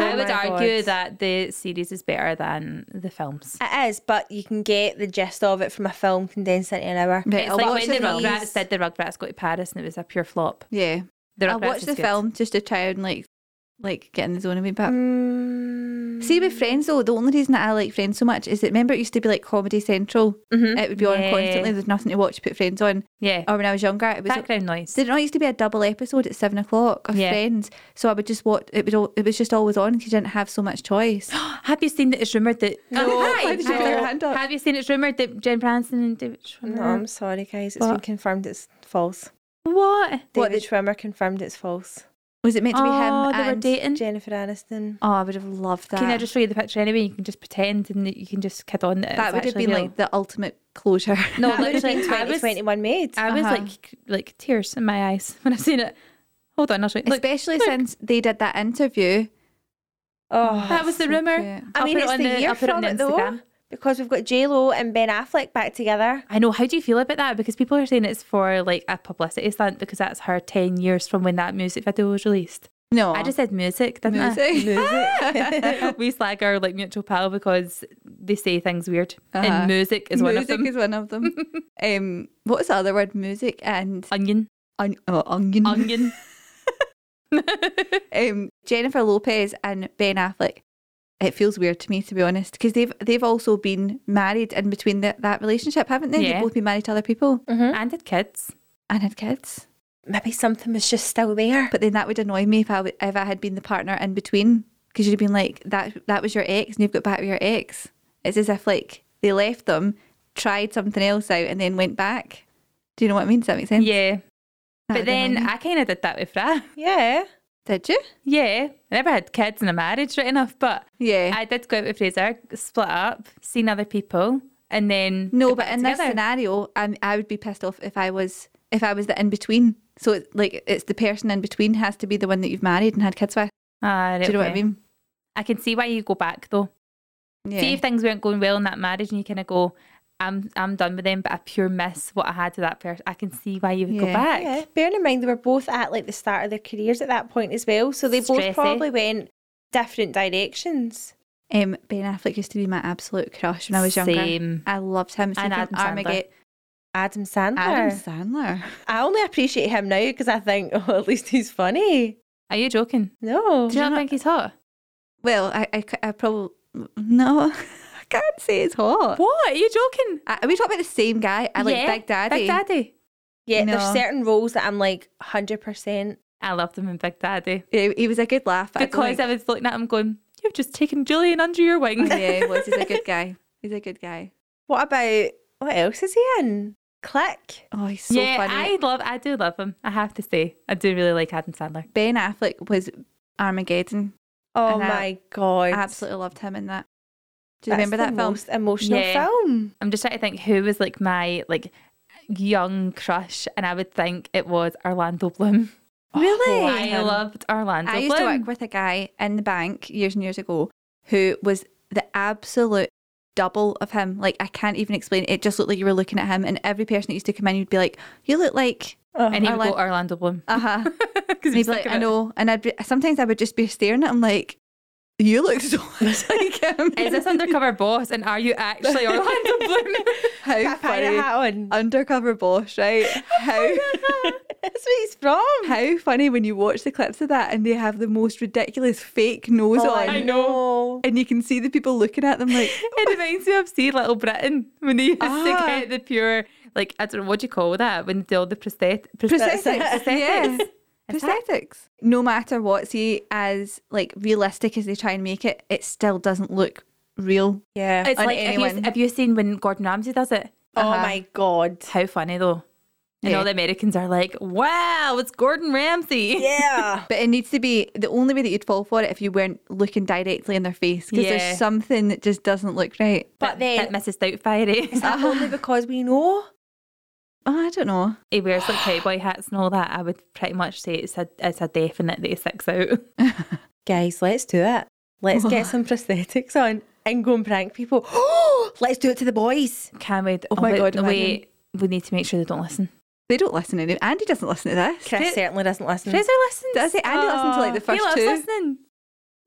Speaker 3: (laughs) I would
Speaker 4: my
Speaker 3: argue
Speaker 4: God.
Speaker 3: that the series is better than the films.
Speaker 4: It is, but you can get the gist of it from a film condensed into an hour.
Speaker 2: Right,
Speaker 3: It's
Speaker 2: I'll
Speaker 3: like
Speaker 2: watch
Speaker 3: when Oh,
Speaker 2: the film.
Speaker 3: the Rugrats did the Rugrats go to Paris and it was a pure flop.
Speaker 2: Yeah.
Speaker 3: Oh, The
Speaker 2: I'll
Speaker 3: Rugrats
Speaker 2: watch
Speaker 3: is
Speaker 2: the
Speaker 3: good.
Speaker 2: film just to try and like like get in the zone a wee bit.
Speaker 4: Mm,
Speaker 2: See with Friends though, the only reason that I like Friends so much is that remember it used to be like Comedy Central.
Speaker 4: Mhm.
Speaker 2: It would be on
Speaker 3: Yeah.
Speaker 2: constantly. There's nothing to watch. Put Friends on.
Speaker 3: Yeah.
Speaker 2: Or when I was younger, it was.
Speaker 3: Background noise.
Speaker 2: Did it not used to be a double episode at seven o'clock of
Speaker 3: Yeah.
Speaker 2: Friends? So I would just watch. It would. All, it was just always on because you didn't have so much
Speaker 3: (gasps)
Speaker 2: choice.
Speaker 3: (gasps) have you seen that it's rumoured that.
Speaker 4: No.
Speaker 3: Hi,
Speaker 4: Why did you
Speaker 3: hi.
Speaker 4: put your
Speaker 2: hand up?
Speaker 3: Have you seen it's rumoured that Jen Branson and David Schwimmer.
Speaker 4: No, I'm sorry, guys. It's been
Speaker 3: What?
Speaker 4: confirmed it's false.
Speaker 3: What?
Speaker 4: David Schwimmer confirmed it's false.
Speaker 2: Was it meant to be
Speaker 3: oh,
Speaker 2: him?
Speaker 3: they were
Speaker 2: and-
Speaker 3: dating.
Speaker 4: Jennifer Aniston.
Speaker 2: Oh, I would have loved that.
Speaker 3: Can I just show you the picture anyway? You can just pretend and you can just kid on that. it's
Speaker 2: that would have
Speaker 3: actually
Speaker 2: been
Speaker 3: real.
Speaker 2: like the ultimate closure. (laughs)
Speaker 3: No,
Speaker 4: that would have been
Speaker 3: literally, I was,
Speaker 4: 2021 made.
Speaker 3: I was
Speaker 2: Uh-huh.
Speaker 3: like, like tears in my eyes (laughs) when I've seen it. Hold on, I'll show you. Look,
Speaker 2: Especially
Speaker 3: look,
Speaker 2: since they did that interview.
Speaker 4: oh,
Speaker 3: that was the
Speaker 2: so
Speaker 3: rumour.
Speaker 2: cute.
Speaker 3: I'll
Speaker 4: I mean,
Speaker 3: put
Speaker 4: it's
Speaker 3: it on
Speaker 4: the, year
Speaker 3: I'll put it on
Speaker 4: from
Speaker 3: the
Speaker 4: it
Speaker 3: Instagram.
Speaker 4: though, because we've got J Lo and Ben Affleck back together.
Speaker 3: I know. How do you feel about that? Because people are saying it's for like a publicity stunt because that's her 10 years from when that music video was released.
Speaker 2: No,
Speaker 3: I just said music, didn't (laughs)
Speaker 2: music. (laughs)
Speaker 3: I? we slag our like mutual pal because they say things weird.
Speaker 2: Uh-huh.
Speaker 3: And music is one of
Speaker 2: Music
Speaker 3: them.
Speaker 2: is one of
Speaker 3: (laughs)
Speaker 2: them. um, what's the other word? Music and
Speaker 3: Onion.
Speaker 2: on, oh, onion.
Speaker 3: (laughs) Onion.
Speaker 2: um, Jennifer Lopez and Ben Affleck. It feels weird to me, to be honest, because they've they've also been married in between that that relationship, haven't they?
Speaker 3: Yeah. Mm.
Speaker 2: They've both been married to other people
Speaker 3: and had kids.
Speaker 2: and had kids.
Speaker 4: Maybe something was just still there.
Speaker 2: But then that would annoy me if I w- if I had been the partner in between, because you'd have been like that. That was your ex, and you've got back with your ex. It's as if like they left them, tried something else out, and then went back. Do you know what I mean? Does that make sense?
Speaker 3: Yeah.
Speaker 2: That
Speaker 3: But
Speaker 2: would annoy
Speaker 3: then
Speaker 2: me.
Speaker 3: I kind of did that with Ra.
Speaker 4: Yeah.
Speaker 2: did you?
Speaker 3: (laughs) Yeah. I never had kids in a marriage, right enough, but
Speaker 2: Yeah.
Speaker 3: I did go out with Fraser, split up, seen other people, and then.
Speaker 2: No,
Speaker 3: got
Speaker 2: but
Speaker 3: back
Speaker 2: in this
Speaker 3: together.
Speaker 2: scenario, I'm, I would be pissed off if I was if I was the in between. So it's like it's the person in between has to be the one that you've married and had kids with.
Speaker 3: Ah,
Speaker 2: Do you know what I mean?
Speaker 3: I can see why you go back though.
Speaker 2: Yeah.
Speaker 3: See if things weren't going well in that marriage and you kind of go, I'm I'm done with them, but I pure miss what I had to that person. I can see why you would go
Speaker 2: Yeah.
Speaker 3: back.
Speaker 4: Yeah. Bearing in mind they were both at like the start of their careers at that point as well. So they
Speaker 3: Stressy.
Speaker 4: both probably went different directions.
Speaker 2: Um, ben Affleck used to be my absolute crush when I was younger.
Speaker 3: Same.
Speaker 2: I loved him.
Speaker 3: And
Speaker 2: Stephen
Speaker 3: Adam Sandler.
Speaker 2: Armageddon.
Speaker 4: Adam Sandler.
Speaker 2: Adam Sandler.
Speaker 4: I only appreciate him now because I think, (laughs) oh, at least he's funny.
Speaker 3: Are you joking?
Speaker 4: No.
Speaker 3: Do you not think he's hot?
Speaker 2: Well, I, I, c- I probably no, (laughs) I can't say it's hot.
Speaker 3: What? Are you joking?
Speaker 2: I, are we talking about the same guy? I like
Speaker 3: Yeah,
Speaker 2: Big Daddy.
Speaker 3: Big Daddy.
Speaker 4: Yeah,
Speaker 2: No.
Speaker 4: there's certain roles that I'm like 100%.
Speaker 3: I loved him in Big Daddy.
Speaker 2: He, he was a good laugh. but I don't
Speaker 3: Because
Speaker 2: like-
Speaker 3: I was looking at him going, You've just taken Julian under your
Speaker 2: (laughs)
Speaker 3: wing. (laughs)
Speaker 2: yeah, he was. He's a good guy. He's a good guy.
Speaker 4: What about, what else is he in? Click.
Speaker 2: Oh, he's so
Speaker 3: yeah,
Speaker 2: funny.
Speaker 3: I love I do love him. I have to say. I do really like Adam Sandler.
Speaker 2: Ben Affleck was Armageddon.
Speaker 4: Oh
Speaker 2: And I
Speaker 4: my God.
Speaker 2: I absolutely loved him in that. Do you
Speaker 4: That's
Speaker 2: remember
Speaker 4: the
Speaker 2: that film?
Speaker 4: most emotional
Speaker 3: Yeah.
Speaker 4: film.
Speaker 3: I'm just trying to think who was like my like young crush, and I would think it was Orlando Bloom.
Speaker 4: Oh. (laughs)
Speaker 2: Really?
Speaker 3: I loved Orlando
Speaker 2: I
Speaker 3: Bloom.
Speaker 2: used to work with a guy in the bank years and years ago who was the absolute double of him. Like I can't even explain. It just looked like you were looking at him, and every person that used to come in, you'd be like, "You look Oh, like."
Speaker 3: and he would
Speaker 2: Orlan-
Speaker 3: go
Speaker 2: (laughs)
Speaker 3: Orlando Bloom. (laughs)
Speaker 2: Uh huh.
Speaker 3: 'Cause he
Speaker 2: And he'd
Speaker 3: was
Speaker 2: be like,
Speaker 3: thinking
Speaker 2: I
Speaker 3: about-
Speaker 2: know. And I'd be, sometimes I would just be staring at him like, you look so (laughs) much like him.
Speaker 3: Is this undercover boss? And are you actually Orlando Bloom?
Speaker 2: (laughs)
Speaker 3: (laughs)
Speaker 2: How
Speaker 4: Got a pirate
Speaker 2: funny.
Speaker 4: hat on.
Speaker 2: Undercover boss, right? How
Speaker 4: That's where he's from.
Speaker 2: how funny when you watch the clips of that and they have the most ridiculous fake nose
Speaker 4: Oh,
Speaker 2: on.
Speaker 4: I
Speaker 3: know.
Speaker 2: And you can see the people looking at them like, "Oh,
Speaker 3: It reminds me of See Little Britain when they used
Speaker 2: Ah.
Speaker 3: to get the pure like I don't know what do you call that when they do all the prosthetic
Speaker 2: Prosthetics, yeah.
Speaker 3: prosthetics. Is that-
Speaker 2: prosthetics. No matter what, see, as like realistic as they try and make it, it still doesn't look real.
Speaker 4: Yeah.
Speaker 3: It's
Speaker 2: On
Speaker 3: like have you,
Speaker 2: anyone.
Speaker 3: have you seen when Gordon Ramsay does it?
Speaker 4: oh
Speaker 2: uh-huh.
Speaker 4: my God.
Speaker 3: How funny though. And
Speaker 2: Yeah.
Speaker 3: all the Americans are like, wow, it's Gordon Ramsay.
Speaker 4: (laughs) Yeah.
Speaker 2: But it needs to be the only way that you'd fall for it if you weren't looking directly in their face because
Speaker 3: Yeah.
Speaker 2: there's something that just doesn't look right.
Speaker 4: But then,
Speaker 3: That Mrs. Doubtfire eh?
Speaker 4: is
Speaker 2: (laughs)
Speaker 3: is.
Speaker 4: that only because we know?
Speaker 2: Oh, I don't know.
Speaker 3: He wears like cowboy hats and all that. I would pretty much say it's a, it's a definite that he sticks out.
Speaker 4: Guys, let's do it. Let's (laughs) get some prosthetics on and go and prank people. (gasps) let's do it to the boys.
Speaker 3: Can we?
Speaker 2: Oh my God, imagine.
Speaker 3: Wait, we need to make sure they don't listen.
Speaker 2: They don't listen to Andy doesn't listen to this.
Speaker 4: Chris certainly doesn't listen.
Speaker 3: Fraser listens.
Speaker 2: Does he? Andy listened to, like, the first
Speaker 3: he loves
Speaker 2: two.
Speaker 3: Oh, listening.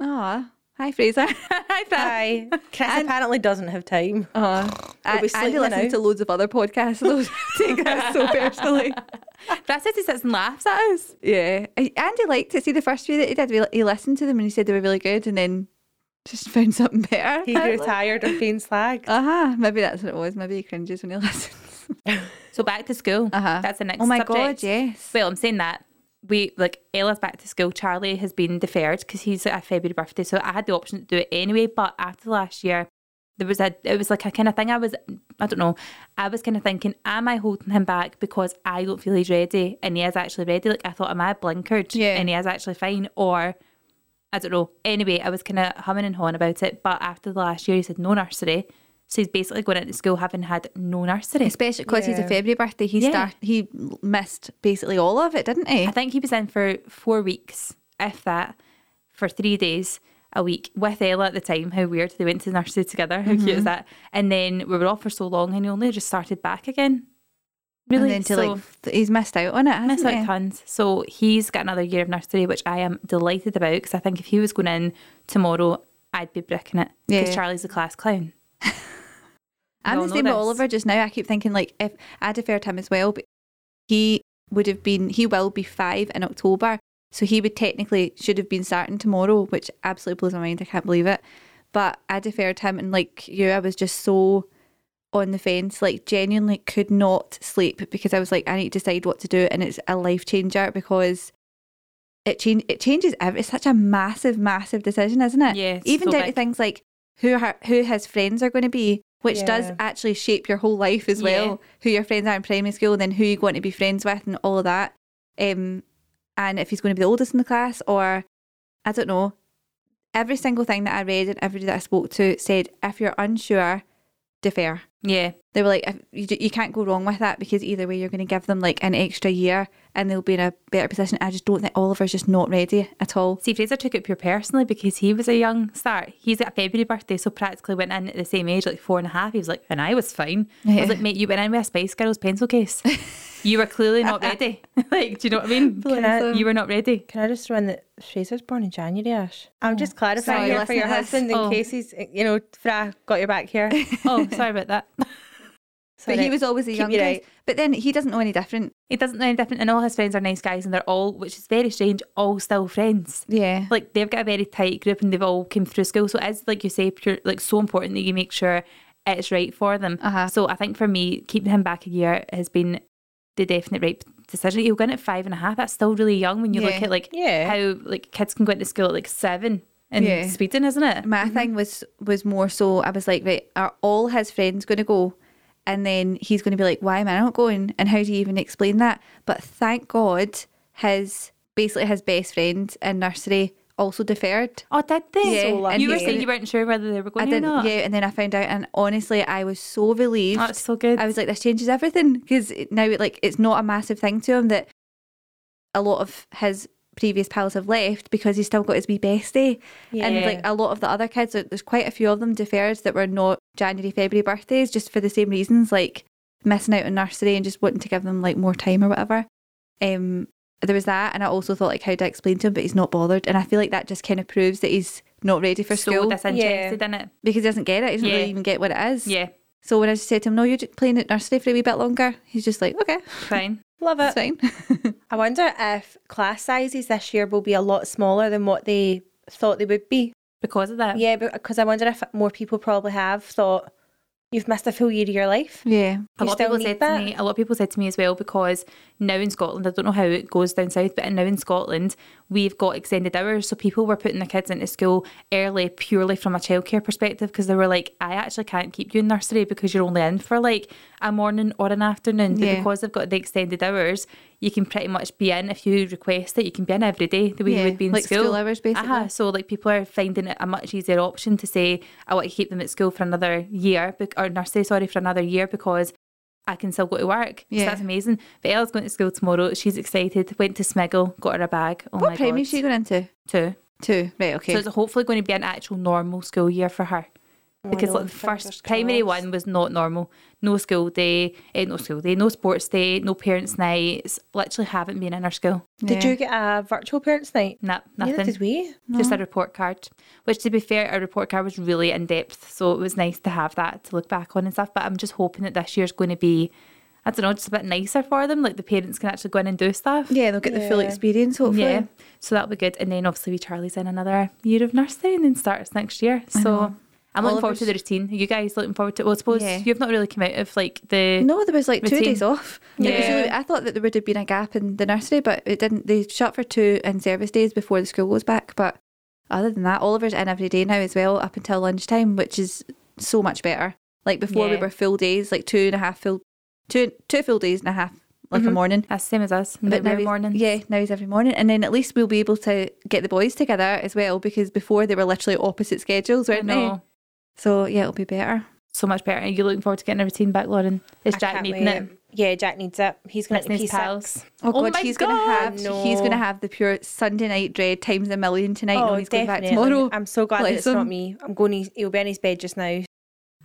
Speaker 2: Aw. Hi, (laughs) Fraser.
Speaker 3: Hi,
Speaker 4: uh,
Speaker 3: Fran.
Speaker 4: Aye. Chris
Speaker 2: And-
Speaker 4: apparently doesn't have time.
Speaker 2: Aw.
Speaker 4: We'll be
Speaker 2: A- Andy
Speaker 4: sleeping
Speaker 2: listens
Speaker 4: now.
Speaker 2: to loads of other podcasts, (laughs) so take this (laughs) so personally.
Speaker 3: (laughs) That's it. He sits and laughs at us.
Speaker 2: Yeah. I- Andy liked it. See, the first few that he did, we- he listened to them and he said they were really good and then just (laughs) found something better.
Speaker 4: He grew tired of being slagged.
Speaker 2: (laughs) Uh-huh. Maybe that's what it was. Maybe he cringes when he (laughs) listens.
Speaker 3: So back to school.
Speaker 2: Uh-huh.
Speaker 3: That's the next.
Speaker 2: Oh my
Speaker 3: subject.
Speaker 2: God, yes.
Speaker 3: Well, I'm saying that we like Ella's back to school. Charlie has been deferred because he's at a February birthday, so I had the option to do it anyway. But after last year, there was a it was like a kind of thing. I was I don't know. I was kind of thinking, am I holding him back because I don't feel he's ready, and he is actually ready? Like I thought, am I blinkered?
Speaker 2: Yeah.
Speaker 3: and he is actually fine, or I don't know. Anyway, I was kind of humming and hawing about it. But after the last year, he said no nursery. So he's basically going into school having had no nursery.
Speaker 2: Especially because he's a February birthday. He
Speaker 3: Yeah.
Speaker 2: start he missed basically all of it, didn't he?
Speaker 3: I think he was in for four weeks, if that, for three days a week with Ella at the time. How weird. They went to nursery together. How
Speaker 2: Mm-hmm.
Speaker 3: cute is that? And then we were off for so long and he only just started back again. Really?
Speaker 2: and then to
Speaker 3: so,
Speaker 2: like th- he's missed out on it, hasn't
Speaker 3: missed
Speaker 2: he?
Speaker 3: out tons. So he's got another year of nursery, which I am delighted about because I think if he was going in tomorrow, I'd be bricking it. Because
Speaker 2: Yeah.
Speaker 3: Charlie's a class clown.
Speaker 2: I'm
Speaker 3: We
Speaker 2: the
Speaker 3: all know
Speaker 2: same with
Speaker 3: this.
Speaker 2: Oliver just now. I keep thinking like if I deferred him as well, but he would have been he will be five in October. So he would technically should have been starting tomorrow, which absolutely blows my mind. I can't believe it. But I deferred him and like you, I was just so on the fence, like genuinely could not sleep because I was like, I need to decide what to do and it's a life changer because it change it changes every it's such a massive massive decision isn't it
Speaker 3: Yeah, it's
Speaker 2: even
Speaker 3: so
Speaker 2: down to
Speaker 3: big.
Speaker 2: things like who her, who his friends are going to be which does
Speaker 4: Yeah.
Speaker 2: actually shape your whole life as
Speaker 3: Yeah.
Speaker 2: well who your friends are in primary school and then who you want to be friends with and all of that um and if he's going to be the oldest in the class or i don't know every single thing that i read and everybody that i spoke to said if you're unsure defer
Speaker 3: Yeah.
Speaker 2: they were like, if- you, d- you can't go wrong with that because either way, you're going to give them like an extra year and they'll be in a better position. I just don't think Oliver's just not ready at all.
Speaker 3: See, Fraser took it pure personally because he was a young start. He's got a February birthday, so practically went in at the same age, like four and a half. He was like, and I was fine. I
Speaker 2: Yeah.
Speaker 3: was like, mate, you went in with a Spice Girls pencil case. you were clearly not ready. (laughs) like, do you know what I mean?
Speaker 4: Can I-
Speaker 3: you were not ready.
Speaker 4: Can I just throw in that Fraser's born in January, Ash? I'm just
Speaker 2: sorry,
Speaker 4: clarifying here for
Speaker 2: listen
Speaker 4: your
Speaker 2: to this.
Speaker 4: husband in
Speaker 3: Oh.
Speaker 4: case he's, you know, Fra got your back
Speaker 3: (laughs)
Speaker 4: here.
Speaker 3: Oh, sorry about that.
Speaker 4: Sorry.
Speaker 2: But he was always the
Speaker 4: Keep you
Speaker 2: youngest.
Speaker 4: right.
Speaker 2: But then he doesn't know any different.
Speaker 3: He doesn't know any different, and all his friends are nice guys, and they're all, which is very strange, all still friends.
Speaker 2: Yeah.
Speaker 3: Like they've got a very tight group, and they've all came through school. So it's like you say, pure, like so important that you make sure it's right for them.
Speaker 2: Uh-huh.
Speaker 3: So I think for me, keeping him back a year has been the definite right decision. He'll go in at five and a half. That's still really young when you
Speaker 2: Yeah.
Speaker 3: look at like
Speaker 4: Yeah.
Speaker 3: how like kids can go into school at like seven in
Speaker 2: Yeah.
Speaker 3: Sweden, isn't it?
Speaker 2: My thing was was more so I was like, right, are all his friends going to go? And then he's going to be like, why am I not going? And how do you even explain that? But thank God, his basically his best friend in nursery also deferred.
Speaker 3: Oh, did
Speaker 2: Yeah,
Speaker 3: they?
Speaker 2: So
Speaker 3: you
Speaker 2: lucky.
Speaker 3: were saying you weren't sure whether they were
Speaker 2: I
Speaker 3: going or
Speaker 2: didn't,
Speaker 3: not. Oh,
Speaker 2: yeah. And then I found out, and honestly, I was so relieved.
Speaker 3: That's so good.
Speaker 2: I was like, this changes everything because now, like, it's not a massive thing to him that a lot of his previous pals have left because he's still got his wee bestie, and
Speaker 3: Yeah.
Speaker 2: like a lot of the other kids, there- there's quite a few of them deferred that were not January, February birthdays just for the same reasons, like missing out on nursery and just wanting to give them like more time or whatever. Um, there was that, and I also thought like how to explain to him, but he's not bothered, and I feel like that just kind of proves that he's not ready for
Speaker 3: so
Speaker 2: school
Speaker 3: disinterested in it.
Speaker 2: because he doesn't get it. He doesn't
Speaker 3: Yeah.
Speaker 2: really even get what it is.
Speaker 3: Yeah,
Speaker 2: So when I just said to him, "No, you're just playing at nursery for a wee bit longer," he's just like, "Okay,
Speaker 3: fine.
Speaker 4: Love
Speaker 2: that's fine."
Speaker 4: it.
Speaker 2: (laughs)
Speaker 4: I wonder if class sizes this year will be a lot smaller than what they thought they would be.
Speaker 3: Because of that.
Speaker 4: Yeah, because I wonder if more people probably have thought you've missed a full year of your life.
Speaker 2: yeah.
Speaker 3: A
Speaker 4: You
Speaker 3: lot of
Speaker 4: still
Speaker 3: people
Speaker 4: need
Speaker 3: said
Speaker 4: that?
Speaker 3: to me. A lot of people said to me as well because now in Scotland, I don't know how it goes down south, but now in Scotland, we've got extended hours. So people were putting their kids into school early, purely from a childcare perspective, because they were like, "I actually can't keep you in nursery because you're only in for like a morning or an afternoon." But
Speaker 2: Yeah.
Speaker 3: because they've got the extended hours, you can pretty much be in if you request it. You can be in every day the way
Speaker 2: Yeah,
Speaker 3: you would be in
Speaker 2: like
Speaker 3: school.
Speaker 2: school hours, basically.
Speaker 3: Uh-huh. So like people are finding it a much easier option to say, "I want to keep them at school for another year," bec- or nursery, sorry, for another year because I can still go to work.
Speaker 2: Yeah.
Speaker 3: So that's amazing. But Ella's going to school tomorrow. She's excited. Went to Smiggle, got her a bag. Oh
Speaker 2: what
Speaker 3: my
Speaker 2: primary
Speaker 3: God.
Speaker 2: is she going into?
Speaker 3: Two.
Speaker 2: Two. Right. Okay.
Speaker 3: So it's hopefully going to be an actual normal school year for her. Because
Speaker 2: Oh,
Speaker 4: know,
Speaker 3: like the
Speaker 4: fingers
Speaker 3: first primary
Speaker 4: crossed.
Speaker 3: one was not normal. No school day, eh, no school day, no sports day, no parents' nights. Literally haven't been in her school.
Speaker 4: Did
Speaker 2: Yeah.
Speaker 4: you get a virtual parents' night?
Speaker 3: Nah,
Speaker 4: Neither
Speaker 3: nothing.
Speaker 4: did we.
Speaker 3: Just a report card. Which to be fair, our report card was really in depth. So it was nice to have that to look back on and stuff. But I'm just hoping that this year's going to be I don't know, just a bit nicer for them. Like the parents can actually go in and do stuff.
Speaker 2: Yeah, they'll get the full
Speaker 4: Yeah.
Speaker 2: experience hopefully.
Speaker 3: Yeah, so that'll be good. And then obviously, we Charlie's in another year of nursing and then starts next year. So I'm looking forward to the routine. Are you guys looking forward to? Well, I suppose
Speaker 2: Yeah.
Speaker 3: you've not really come out of like the.
Speaker 2: No, there was like two
Speaker 3: Routine.
Speaker 2: days off. It was
Speaker 3: Yeah.
Speaker 2: really- I thought that there would have been a gap in the nursery, but it didn't. They shut for two and service days before the school goes back. But other than that, Oliver's in every day now as well, up until lunchtime, which is so much better. Like before, we
Speaker 3: Yeah.
Speaker 2: were full days, like two and a half full, two two full days and a half, like a morning.
Speaker 3: That's the same as us.
Speaker 2: But now
Speaker 3: Midnight
Speaker 2: he's-
Speaker 3: morning.
Speaker 2: Yeah, now he's every morning. And then at least we'll be able to get the boys together as well because before they were literally opposite schedules,
Speaker 3: I
Speaker 2: weren't they?
Speaker 3: know.
Speaker 2: So yeah, it'll be better.
Speaker 3: So much better. Are you looking forward to getting a routine back, Lauren? Is
Speaker 4: I
Speaker 3: Jack
Speaker 4: can't
Speaker 3: needing
Speaker 4: wait.
Speaker 3: it?
Speaker 4: Yeah, Jack needs it. He's going
Speaker 3: That's
Speaker 4: to
Speaker 3: his
Speaker 4: piece
Speaker 3: pals.
Speaker 4: six.
Speaker 2: Oh,
Speaker 3: Oh
Speaker 2: god,
Speaker 3: my
Speaker 2: he's gonna
Speaker 3: God,
Speaker 2: have
Speaker 4: no.
Speaker 2: he's gonna have the pure Sunday night dread times a million tonight oh, he's going back tomorrow.
Speaker 4: I'm so glad that
Speaker 2: Bless
Speaker 4: it's not
Speaker 2: him.
Speaker 4: me. I'm going. He's, he'll be in his bed just now.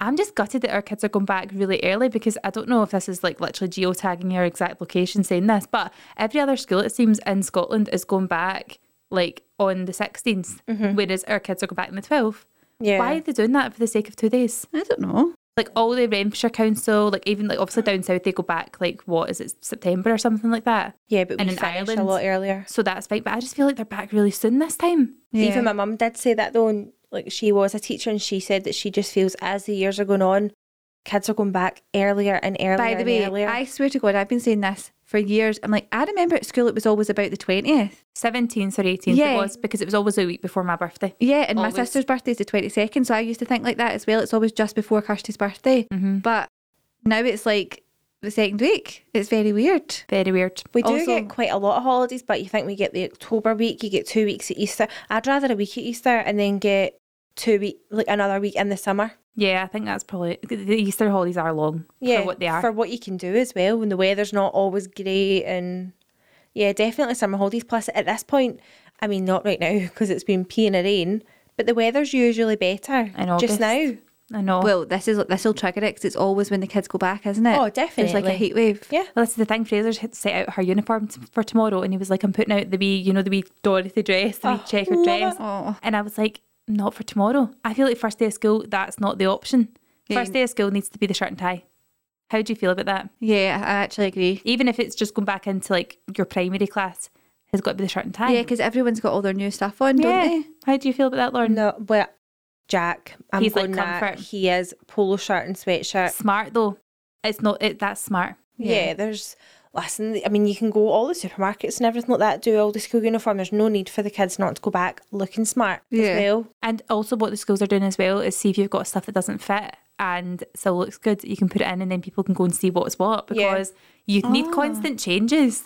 Speaker 3: I'm just gutted that our kids are going back really early because I don't know if this is like literally geotagging your exact location saying this, but every other school it seems in Scotland is going back like on the 16th, whereas our kids are going back on the 12th.
Speaker 4: Yeah.
Speaker 3: Why are they doing that for the sake of two days?
Speaker 2: I don't know.
Speaker 3: Like all the Renfrewshire Council, like even like obviously down south they go back like what is it September or something like that.
Speaker 4: Yeah, but
Speaker 3: And
Speaker 4: we
Speaker 3: in
Speaker 4: finished a
Speaker 3: Ireland.
Speaker 4: lot earlier.
Speaker 3: So that's fine, but I just feel like they're back really soon this time.
Speaker 2: Yeah.
Speaker 4: Even my mum did say that though. And, like she was a teacher, and she said that she just feels as the years are going on, kids are going back earlier and earlier.
Speaker 2: By the
Speaker 4: and
Speaker 2: way,
Speaker 4: earlier.
Speaker 2: I swear to God, I've been saying this for years. I'm like, I remember at school it was always about the 20th.
Speaker 3: 17th or 18th
Speaker 2: Yeah.
Speaker 3: it was because it was always a week before my birthday.
Speaker 2: Yeah, and
Speaker 3: Always.
Speaker 2: my sister's birthday is the 22nd, so I used to think like that as well. It's always just before Kirsty's birthday.
Speaker 3: Mm-hmm.
Speaker 2: But now it's like the second week. It's very weird.
Speaker 3: Very weird.
Speaker 4: We do
Speaker 2: Also-
Speaker 4: get quite a lot of holidays, but you think we get the October week, you get two weeks at Easter. I'd rather a week at Easter and then get two week like another week in the summer.
Speaker 3: Yeah, I think that's probably the Easter holidays are long
Speaker 4: Yeah,
Speaker 3: for what they are.
Speaker 4: for what you can do as well when the weather's not always great and yeah, definitely summer holidays. Plus, at this point, I mean, not right now (laughs) because it's been peeing a rain, but the weather's usually better
Speaker 3: In August.
Speaker 4: just now.
Speaker 3: I know. Well,
Speaker 2: Well, this is this will trigger it 'cause it's always when the kids go back, isn't it?
Speaker 4: Oh,
Speaker 2: There's like a
Speaker 4: definitely.
Speaker 2: heat wave.
Speaker 4: Yeah.
Speaker 3: this is the thing. Fraser's had set out her uniform t- for tomorrow, and he was like, "I'm putting out the wee, you know, the wee Dorothy dress, the wee checkered
Speaker 4: love
Speaker 3: dress."
Speaker 4: it.
Speaker 2: Oh.
Speaker 3: And I was like, "Not for tomorrow." I feel like first day of school, that's not the option.
Speaker 2: Yeah,
Speaker 3: First
Speaker 2: you-
Speaker 3: day of school needs to be the shirt and tie. How do you feel about that?
Speaker 2: Yeah, I actually agree.
Speaker 3: Even if it's just going back into like your primary class, has got to be the shirt and tie.
Speaker 2: Yeah, because everyone's got all their new stuff on,
Speaker 3: Yeah.
Speaker 2: don't they?
Speaker 3: How do you feel about that, Lauren?
Speaker 4: No, but Jack, I'm
Speaker 3: He's like
Speaker 4: going that
Speaker 3: comfort.
Speaker 4: he is polo shirt and sweatshirt.
Speaker 3: Smart though. It's not. It, that's smart.
Speaker 4: Yeah. there's listen. I mean, you can go all the supermarkets and everything like that. Do all the school uniform. There's no need for the kids not to go back looking smart
Speaker 2: Yeah.
Speaker 4: as well.
Speaker 3: And also, what the schools are doing as well is see if you've got stuff that doesn't fit and still looks good, you can put it in, and then people can go and see what's what
Speaker 4: Yeah.
Speaker 3: because you need
Speaker 2: Ah.
Speaker 3: constant changes.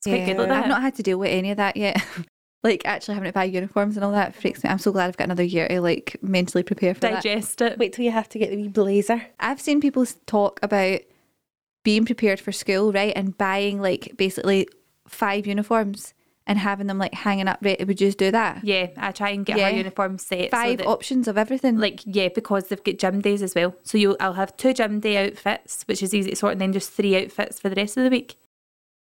Speaker 3: It's quite good at
Speaker 2: I've
Speaker 3: that.
Speaker 2: not had to deal with any of that yet. (laughs) like actually having to buy uniforms and all that freaks me. I'm so glad I've got another year to like mentally prepare for that.
Speaker 3: digest it.
Speaker 4: Wait till you have to get the wee blazer.
Speaker 2: I've seen people s- talk about being prepared for school, right, and buying like basically five uniforms and having them like hanging up. Right, would you just do that?
Speaker 3: Yeah, I try and get
Speaker 2: Yeah.
Speaker 3: my uniform set.
Speaker 2: Five
Speaker 3: so that,
Speaker 2: options of everything.
Speaker 3: like yeah, because they've got gym days as well. So you, I'll have two gym day outfits, which is easy to sort, and then just three outfits for the rest of the week.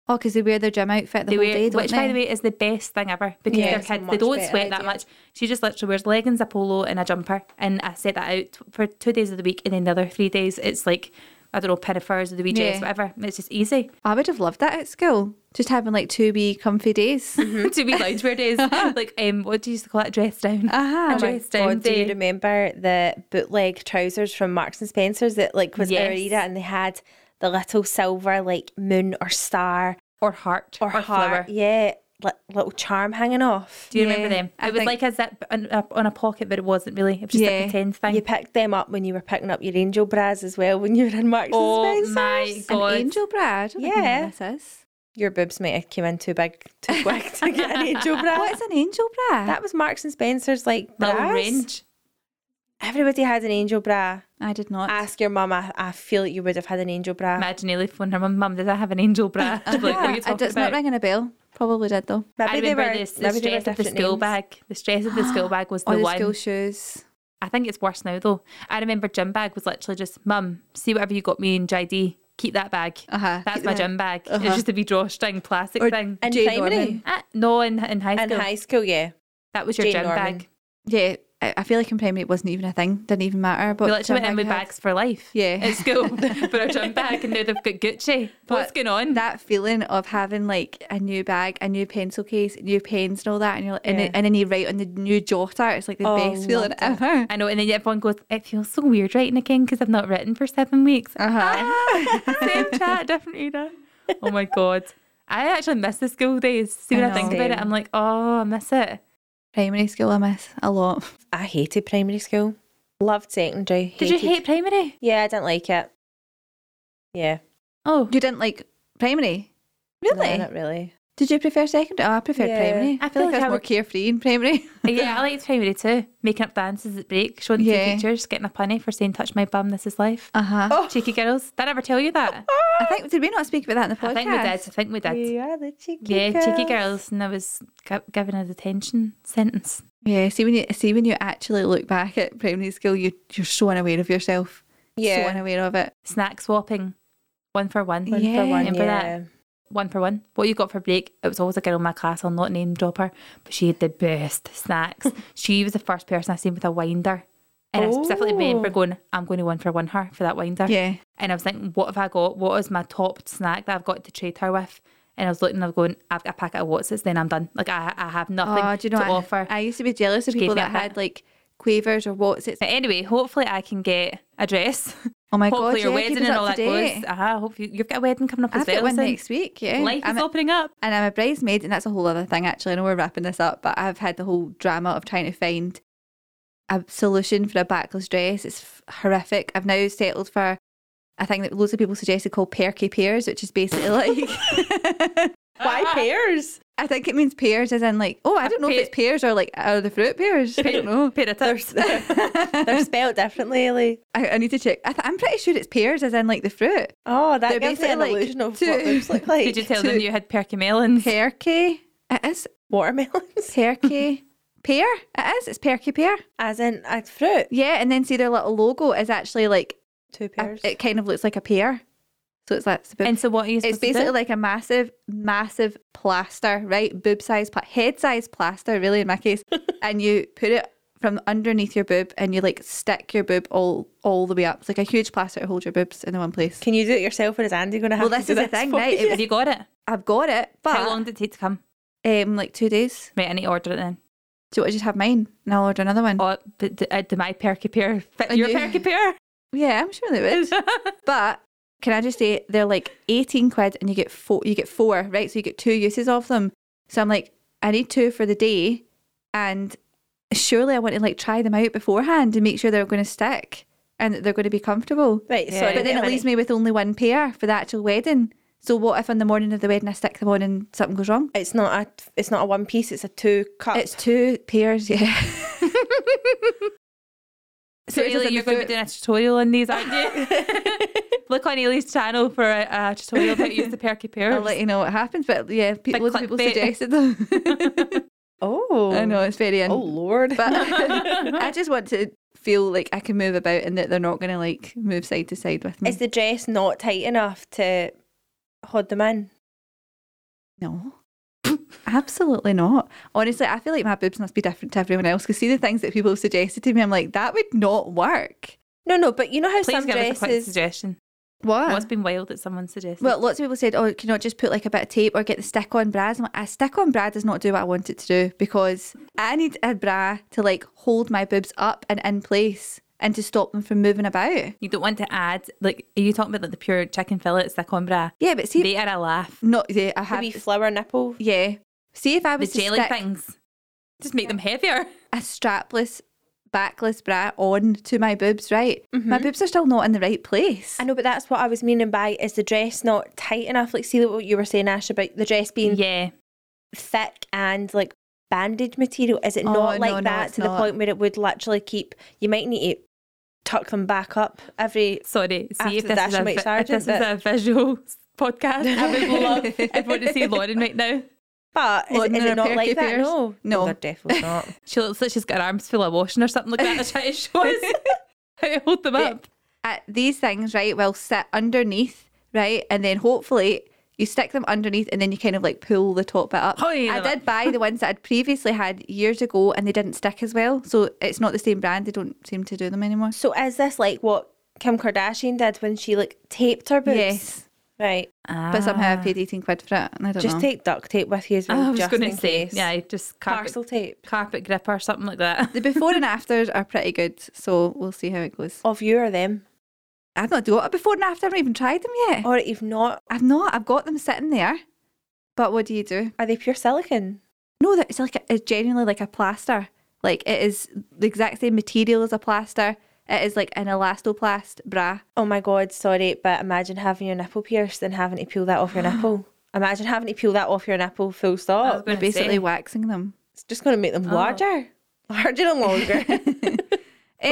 Speaker 2: oh, because they wear their gym outfit the
Speaker 3: they
Speaker 2: whole
Speaker 3: wear,
Speaker 2: day, don't
Speaker 3: which
Speaker 2: they?
Speaker 3: by the way is the best thing ever because
Speaker 4: Yeah,
Speaker 3: their
Speaker 4: it's a
Speaker 3: kids they
Speaker 4: much
Speaker 3: don't
Speaker 4: better
Speaker 3: sweat that
Speaker 4: idea.
Speaker 3: much. She just literally wears leggings, a polo, and a jumper, and I set that out for two days of the week, and then the other three days it's like I don't know pinafores or the wee dress,
Speaker 2: Yeah.
Speaker 3: whatever. It's just easy (laughs)
Speaker 2: I would have loved that at school. Just having like two wee comfy
Speaker 3: (laughs)
Speaker 2: days.
Speaker 3: to be loungewear
Speaker 2: (laughs)
Speaker 3: days. like um, what do you used to call it? Dress down.
Speaker 2: Ah,
Speaker 3: a
Speaker 4: Oh my
Speaker 3: dress down
Speaker 4: God, do you
Speaker 3: day.
Speaker 4: remember the bootleg trousers from Marks and Spencers that like was our
Speaker 3: Yes.
Speaker 4: era and they had the little silver like moon or star
Speaker 3: or heart
Speaker 4: or,
Speaker 3: or,
Speaker 4: heart,
Speaker 3: flower.
Speaker 4: yeah, li- little charm hanging off.
Speaker 3: Do you remember
Speaker 2: Yeah,
Speaker 3: them?
Speaker 2: I
Speaker 3: it was
Speaker 2: think-
Speaker 3: like a zip on, up on a pocket, but it wasn't really. It was just
Speaker 2: Yeah.
Speaker 3: a pretend thing.
Speaker 4: You picked them up when you were picking up your angel bras as well when you were in Marks
Speaker 3: Oh
Speaker 4: and Spencers.
Speaker 3: my
Speaker 2: An
Speaker 3: god!
Speaker 2: angel Brad.
Speaker 4: Yeah.
Speaker 2: This is.
Speaker 4: Your boobs might have came in too big, too quick to get
Speaker 3: (laughs)
Speaker 4: an angel bra.
Speaker 2: What's an angel Brad?
Speaker 4: That was Marks and Spencers like
Speaker 3: Little
Speaker 4: bras.
Speaker 3: range.
Speaker 4: Everybody had an angel bra.
Speaker 2: I did not. (laughs)
Speaker 4: Ask your mum. I, I feel like you would have had an angel bra.
Speaker 3: Imagine Ellie phoned her mum, Mum, did I have an angel bra? (laughs) She'd be like, what are
Speaker 2: Yeah, Uh-huh. (laughs)
Speaker 3: you
Speaker 2: I-
Speaker 3: talking
Speaker 2: it's
Speaker 3: about?
Speaker 2: not ringing a bell. Probably did though.
Speaker 3: I remember the, the stress of the
Speaker 4: different
Speaker 3: school
Speaker 4: names.
Speaker 3: bag. The stress of the school
Speaker 2: (gasps)
Speaker 3: bag was the,
Speaker 2: Or the
Speaker 3: one.
Speaker 2: Oh, school shoes.
Speaker 3: I think it's worse now though. I remember gym bag was literally just mum. See whatever you got me in JD. Keep that bag.
Speaker 2: Uh-huh,
Speaker 3: That's
Speaker 2: keep
Speaker 3: my
Speaker 2: the-
Speaker 3: gym bag.
Speaker 2: uh-huh.
Speaker 3: It's just a wee drawstring plastic thing.
Speaker 4: In
Speaker 2: Jane
Speaker 4: primary?
Speaker 2: Norman.
Speaker 3: Ah, no, in, in high
Speaker 4: In
Speaker 3: school
Speaker 4: high school, yeah.
Speaker 3: that was your
Speaker 4: Jane
Speaker 3: gym
Speaker 4: Norman.
Speaker 3: bag.
Speaker 2: Yeah, I, I feel like in primary it wasn't even a thing. Didn't even matter. But
Speaker 3: we literally
Speaker 2: gym
Speaker 3: went in with
Speaker 2: bag I had.
Speaker 3: bags for life.
Speaker 2: Yeah.
Speaker 3: at
Speaker 2: (laughs)
Speaker 3: school (laughs) for our gym bag, and now they've got Gucci. What's
Speaker 2: But
Speaker 3: going on?
Speaker 2: That feeling of having like a new bag, a new pencil case, new pens and all that, and you're like, and,
Speaker 4: Yeah.
Speaker 2: it- and then you write on the new jotter. It's like the
Speaker 4: Oh,
Speaker 2: best feeling
Speaker 4: loved it.
Speaker 2: ever.
Speaker 3: I know, and then everyone goes, "It feels so weird writing again because I've not written for seven weeks."
Speaker 2: Uh huh.
Speaker 3: (laughs) Same
Speaker 2: (laughs)
Speaker 3: chat, different era. Oh my god. I actually miss the school days. See when
Speaker 2: I
Speaker 3: I, think
Speaker 2: know.
Speaker 3: about it,
Speaker 4: Same.
Speaker 3: I'm like, oh, I miss it.
Speaker 2: Primary school, I miss a lot.
Speaker 4: I hated primary school. Loved secondary.
Speaker 3: Did you
Speaker 2: (laughs)
Speaker 3: hate
Speaker 4: hated-
Speaker 3: primary?
Speaker 4: Yeah, I didn't like it. Yeah.
Speaker 3: Oh,
Speaker 2: You didn't like primary,
Speaker 4: No,
Speaker 2: really?
Speaker 4: not really.
Speaker 2: Did you prefer secondary? Oh, I preferred
Speaker 4: Yeah.
Speaker 2: primary. I,
Speaker 3: I
Speaker 2: feel
Speaker 3: feel
Speaker 2: like I was
Speaker 3: like I
Speaker 2: more
Speaker 3: would-
Speaker 2: carefree in primary. (laughs)
Speaker 3: yeah, I liked primary too. Making up dances at break, showing the
Speaker 2: Yeah.
Speaker 3: teachers, getting a punny for saying, touch my bum, this is life.
Speaker 2: Uh huh.
Speaker 3: Cheeky girls. Did I ever tell you that?
Speaker 2: I think did we not speak about that in the podcast?
Speaker 3: I think we did. I think we did.
Speaker 4: Yeah, the cheeky
Speaker 3: Yeah, cheeky girls. And I was g- given a detention sentence.
Speaker 2: Yeah, see when you see when you actually look back at primary school, you you're so unaware of yourself. so
Speaker 4: Yeah.
Speaker 2: unaware of it.
Speaker 3: Snack swapping, one for one.
Speaker 2: One for
Speaker 4: For one,
Speaker 3: Remember that?
Speaker 4: yeah.
Speaker 3: one for one. What you got for break? It was always a girl in my class. I'll not name drop her, but she had the best
Speaker 2: (laughs)
Speaker 3: snacks. she was the first person I seen with a winder, and I specifically remember going, "I'm going to one for one her for that winder."
Speaker 2: Oh. Yeah.
Speaker 3: And I was thinking, what have I got? What is my top snack that I've got to treat her with? And I was looking, I was going, I've got a packet of Watsits, then I'm done. Like I, I have nothing
Speaker 2: Oh, do you know
Speaker 3: to
Speaker 2: what?
Speaker 3: offer.
Speaker 2: I used to be jealous of
Speaker 3: She gave
Speaker 2: people
Speaker 3: me
Speaker 2: that
Speaker 3: a bit.
Speaker 2: had like quavers or what's it.
Speaker 3: Anyway, hopefully I can get a dress.
Speaker 2: Oh (laughs) my
Speaker 3: hopefully
Speaker 2: god,
Speaker 3: your
Speaker 2: yeah, keep
Speaker 3: wedding
Speaker 2: us
Speaker 3: and
Speaker 2: up
Speaker 3: all
Speaker 2: to
Speaker 3: that
Speaker 2: date.
Speaker 3: goes. Uh-huh, I hope you, you've got a wedding coming up
Speaker 2: I've
Speaker 3: as well.
Speaker 2: got one
Speaker 3: soon.
Speaker 2: next week. Yeah,
Speaker 3: Life
Speaker 2: I'm
Speaker 3: is
Speaker 2: a-
Speaker 3: opening up.
Speaker 2: and I'm a bridesmaid, and that's a whole other thing. Actually, I know we're wrapping this up, but I've had the whole drama of trying to find a solution for a backless dress. It's f- horrific. I've now settled for a thing that loads of people suggested called perky pears, which is basically (laughs) like (laughs)
Speaker 4: Why pears?
Speaker 2: I think it means pears, as in like oh, I don't know if it's pears or like are the fruit pears. I don't
Speaker 3: (laughs)
Speaker 2: know.
Speaker 3: Pair of tips.
Speaker 4: They're spelled differently, Ellie.
Speaker 2: I, I need to check. I th- I'm pretty sure it's pears, as in like the fruit.
Speaker 4: Oh,
Speaker 2: They're
Speaker 4: that gives it an
Speaker 2: basically like
Speaker 4: illusion of
Speaker 2: two-
Speaker 4: what
Speaker 2: (laughs)
Speaker 4: those look like.
Speaker 3: Did you tell
Speaker 2: to-
Speaker 3: them you had perky melons?
Speaker 2: Perky. It is
Speaker 4: Watermelons,
Speaker 2: perky. Pear. It is. It's perky pear.
Speaker 4: as in a fruit.
Speaker 2: Yeah, and then see their little logo is actually like
Speaker 4: Two
Speaker 2: a-
Speaker 4: pears.
Speaker 2: it kind of looks like a pear. So it's like it's, a boob-
Speaker 3: And so what are you
Speaker 2: it's
Speaker 3: supposed
Speaker 2: basically
Speaker 3: to do?
Speaker 2: like a massive, massive plaster, right? Boob size, pla- head size plaster, really in my case. and you put it from underneath your boob, and you like stick your boob all all the way up. It's like a huge plaster to hold your boobs in the one place.
Speaker 4: Can you do it yourself, or is Andy going to
Speaker 2: Well,
Speaker 4: have to
Speaker 2: this
Speaker 4: do
Speaker 2: is the
Speaker 4: this
Speaker 2: thing,
Speaker 4: for
Speaker 2: right?
Speaker 4: you?
Speaker 2: It
Speaker 3: Have you got it?
Speaker 2: I've got it, but
Speaker 3: How long did it take to come?
Speaker 2: um, like two days.
Speaker 3: Right, I need to order it then.
Speaker 2: Do you want to just have mine, and I'll order another one?
Speaker 3: Oh, but do, uh, do my perky pear fit
Speaker 2: And
Speaker 3: your
Speaker 2: you-
Speaker 3: perky pear?
Speaker 2: Yeah, I'm sure they would. But can I just say they're like eighteen quid, and you get four. You get four, right? So you get two uses of them. So I'm like, I need two for the day, and surely I want to like try them out beforehand and make sure they're going to stick and that they're going to be comfortable.
Speaker 4: Right,
Speaker 3: Yeah.
Speaker 4: sorry.
Speaker 2: But then it leaves me with only one pair for the actual wedding. So what if on the morning of the wedding I stick them on and something goes wrong?
Speaker 4: It's not a. It's not a one piece. It's a two cup.
Speaker 2: It's two pairs, yeah.
Speaker 3: so
Speaker 2: Pairs
Speaker 3: Ailey,
Speaker 2: in
Speaker 3: you're
Speaker 2: the
Speaker 3: going
Speaker 2: fruit.
Speaker 3: to be doing a tutorial on these, aren't
Speaker 2: (laughs)
Speaker 3: you? Look on Ailey's channel for a, a tutorial about use the perky pears.
Speaker 2: I'll let you know what happens. But yeah, pe-
Speaker 3: Big
Speaker 2: loads of people
Speaker 3: clickbait.
Speaker 2: suggested them. (laughs)
Speaker 4: oh,
Speaker 2: I know it's very un-
Speaker 4: Oh Lord.
Speaker 2: But (laughs) I just want to feel like I can move about and that they're not going to like move side to side with me.
Speaker 4: is the dress not tight enough to hold them in?
Speaker 2: no. Absolutely not. Honestly, I feel like my boobs must be different to everyone else because see the things that people have suggested to me, I'm like, that would not work.
Speaker 4: No, no. But you know how
Speaker 3: Please
Speaker 4: some
Speaker 3: give us a quick
Speaker 4: dresses.
Speaker 3: suggestion.
Speaker 2: What?
Speaker 3: What's been wild that someone suggested?
Speaker 2: well, lots of people said, oh, can you not just put like a bit of tape or get the stick on bras? I'm like, a stick on bra does not do what I want it to do because I need a bra to like hold my boobs up and in place and to stop them from moving about.
Speaker 3: you don't want to add like are you talking about like the pure chicken fillets, the combra?
Speaker 2: Yeah, but see,
Speaker 3: They are a laugh.
Speaker 2: not, yeah, I
Speaker 4: The
Speaker 2: have,
Speaker 4: wee flower nipple.
Speaker 2: yeah. See if I
Speaker 3: The
Speaker 2: was to
Speaker 3: jelly
Speaker 2: stick
Speaker 3: things. Just make them heavier.
Speaker 2: a strapless, backless bra on to my boobs, right? My
Speaker 3: Mm-hmm.
Speaker 2: boobs are still not in the right place.
Speaker 4: I know, but that's what I was meaning by is the dress not tight enough. Like, see what you were saying, Ash, about the dress being
Speaker 3: Yeah.
Speaker 4: thick and like bandage material. Is it
Speaker 2: Oh,
Speaker 4: not
Speaker 2: no,
Speaker 4: like
Speaker 2: no,
Speaker 4: that
Speaker 2: it's
Speaker 4: to
Speaker 2: not.
Speaker 4: the point where it would literally keep? You might need to tuck them back up every.
Speaker 3: Sorry. See if
Speaker 4: After the
Speaker 3: this, is a,
Speaker 4: Dashmite
Speaker 3: vi- if
Speaker 4: Sergeant
Speaker 3: this is
Speaker 4: bit.
Speaker 3: a visual (laughs) s-
Speaker 4: (laughs)
Speaker 3: podcast. I would love everyone to see Lauren right now.
Speaker 4: But is,
Speaker 2: Lauren
Speaker 4: it- is
Speaker 2: and her
Speaker 4: it not
Speaker 2: perky
Speaker 4: like that?
Speaker 2: pears?
Speaker 4: No,
Speaker 2: No.
Speaker 4: they're definitely not.
Speaker 3: She looks like she's got her arms full of washing or something like that. to try to show us (laughs) how to hold them up.
Speaker 2: Uh, these things, right, will sit underneath, right? And then hopefully you stick them underneath and then you kind of like pull the top bit up.
Speaker 3: Oh, yeah,
Speaker 2: I
Speaker 3: that-
Speaker 2: did buy the ones that I'd previously had years ago and they didn't stick as well. So it's not the same brand. They don't seem to do them anymore.
Speaker 4: (laughs) So is this like what Kim Kardashian did when she like taped her boobs?
Speaker 2: Yes.
Speaker 4: Right.
Speaker 3: Ah.
Speaker 2: But somehow I paid 18 quid for it and I don't
Speaker 4: Ah. Just
Speaker 2: know.
Speaker 4: take duct tape with you as well.
Speaker 3: Ah, I was
Speaker 4: just
Speaker 3: going
Speaker 4: in
Speaker 3: to say,
Speaker 4: case.
Speaker 3: yeah, just carpet,
Speaker 4: Parcel tape
Speaker 3: carpet grip or something like that.
Speaker 2: the before and afters are pretty good. So we'll see how it goes.
Speaker 4: of you or them,
Speaker 2: I've not done a before and after. I haven't even tried them yet.
Speaker 4: or if not,
Speaker 2: I've not. I've got them sitting there. But what do you do?
Speaker 4: are they pure silicon?
Speaker 2: No, that- it's like a, it's genuinely like a plaster. Like it is the exact same material as a plaster. It is like an elastoplast bra.
Speaker 4: Oh my god, sorry, but imagine having your nipple pierced and having to peel
Speaker 3: (gasps)
Speaker 4: that off your nipple. Imagine having to peel that off your nipple.
Speaker 3: (laughs)
Speaker 4: Full
Speaker 3: I was Oh.
Speaker 4: stop.
Speaker 3: gonna
Speaker 2: Basically
Speaker 3: say.
Speaker 2: waxing them.
Speaker 4: It's just going to make them larger, larger
Speaker 3: (laughs)
Speaker 4: and longer.
Speaker 3: Well,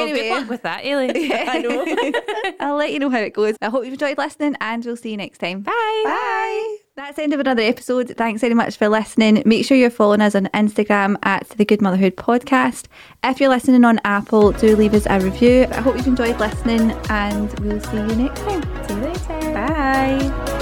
Speaker 2: Anyway,
Speaker 3: good luck with that,
Speaker 4: (laughs)
Speaker 3: Ailey.
Speaker 4: I
Speaker 3: (laughs)
Speaker 4: know.
Speaker 2: I'll let you know how it goes. I hope you've enjoyed listening and we'll see you next time. Bye. Bye. That's the end of another episode. Thanks very much for listening. Make sure you're following us on Instagram at the Good Motherhood Podcast. If you're listening on Apple, do leave us a review. I hope you've enjoyed listening and we'll see you next time. See you later.
Speaker 4: Bye.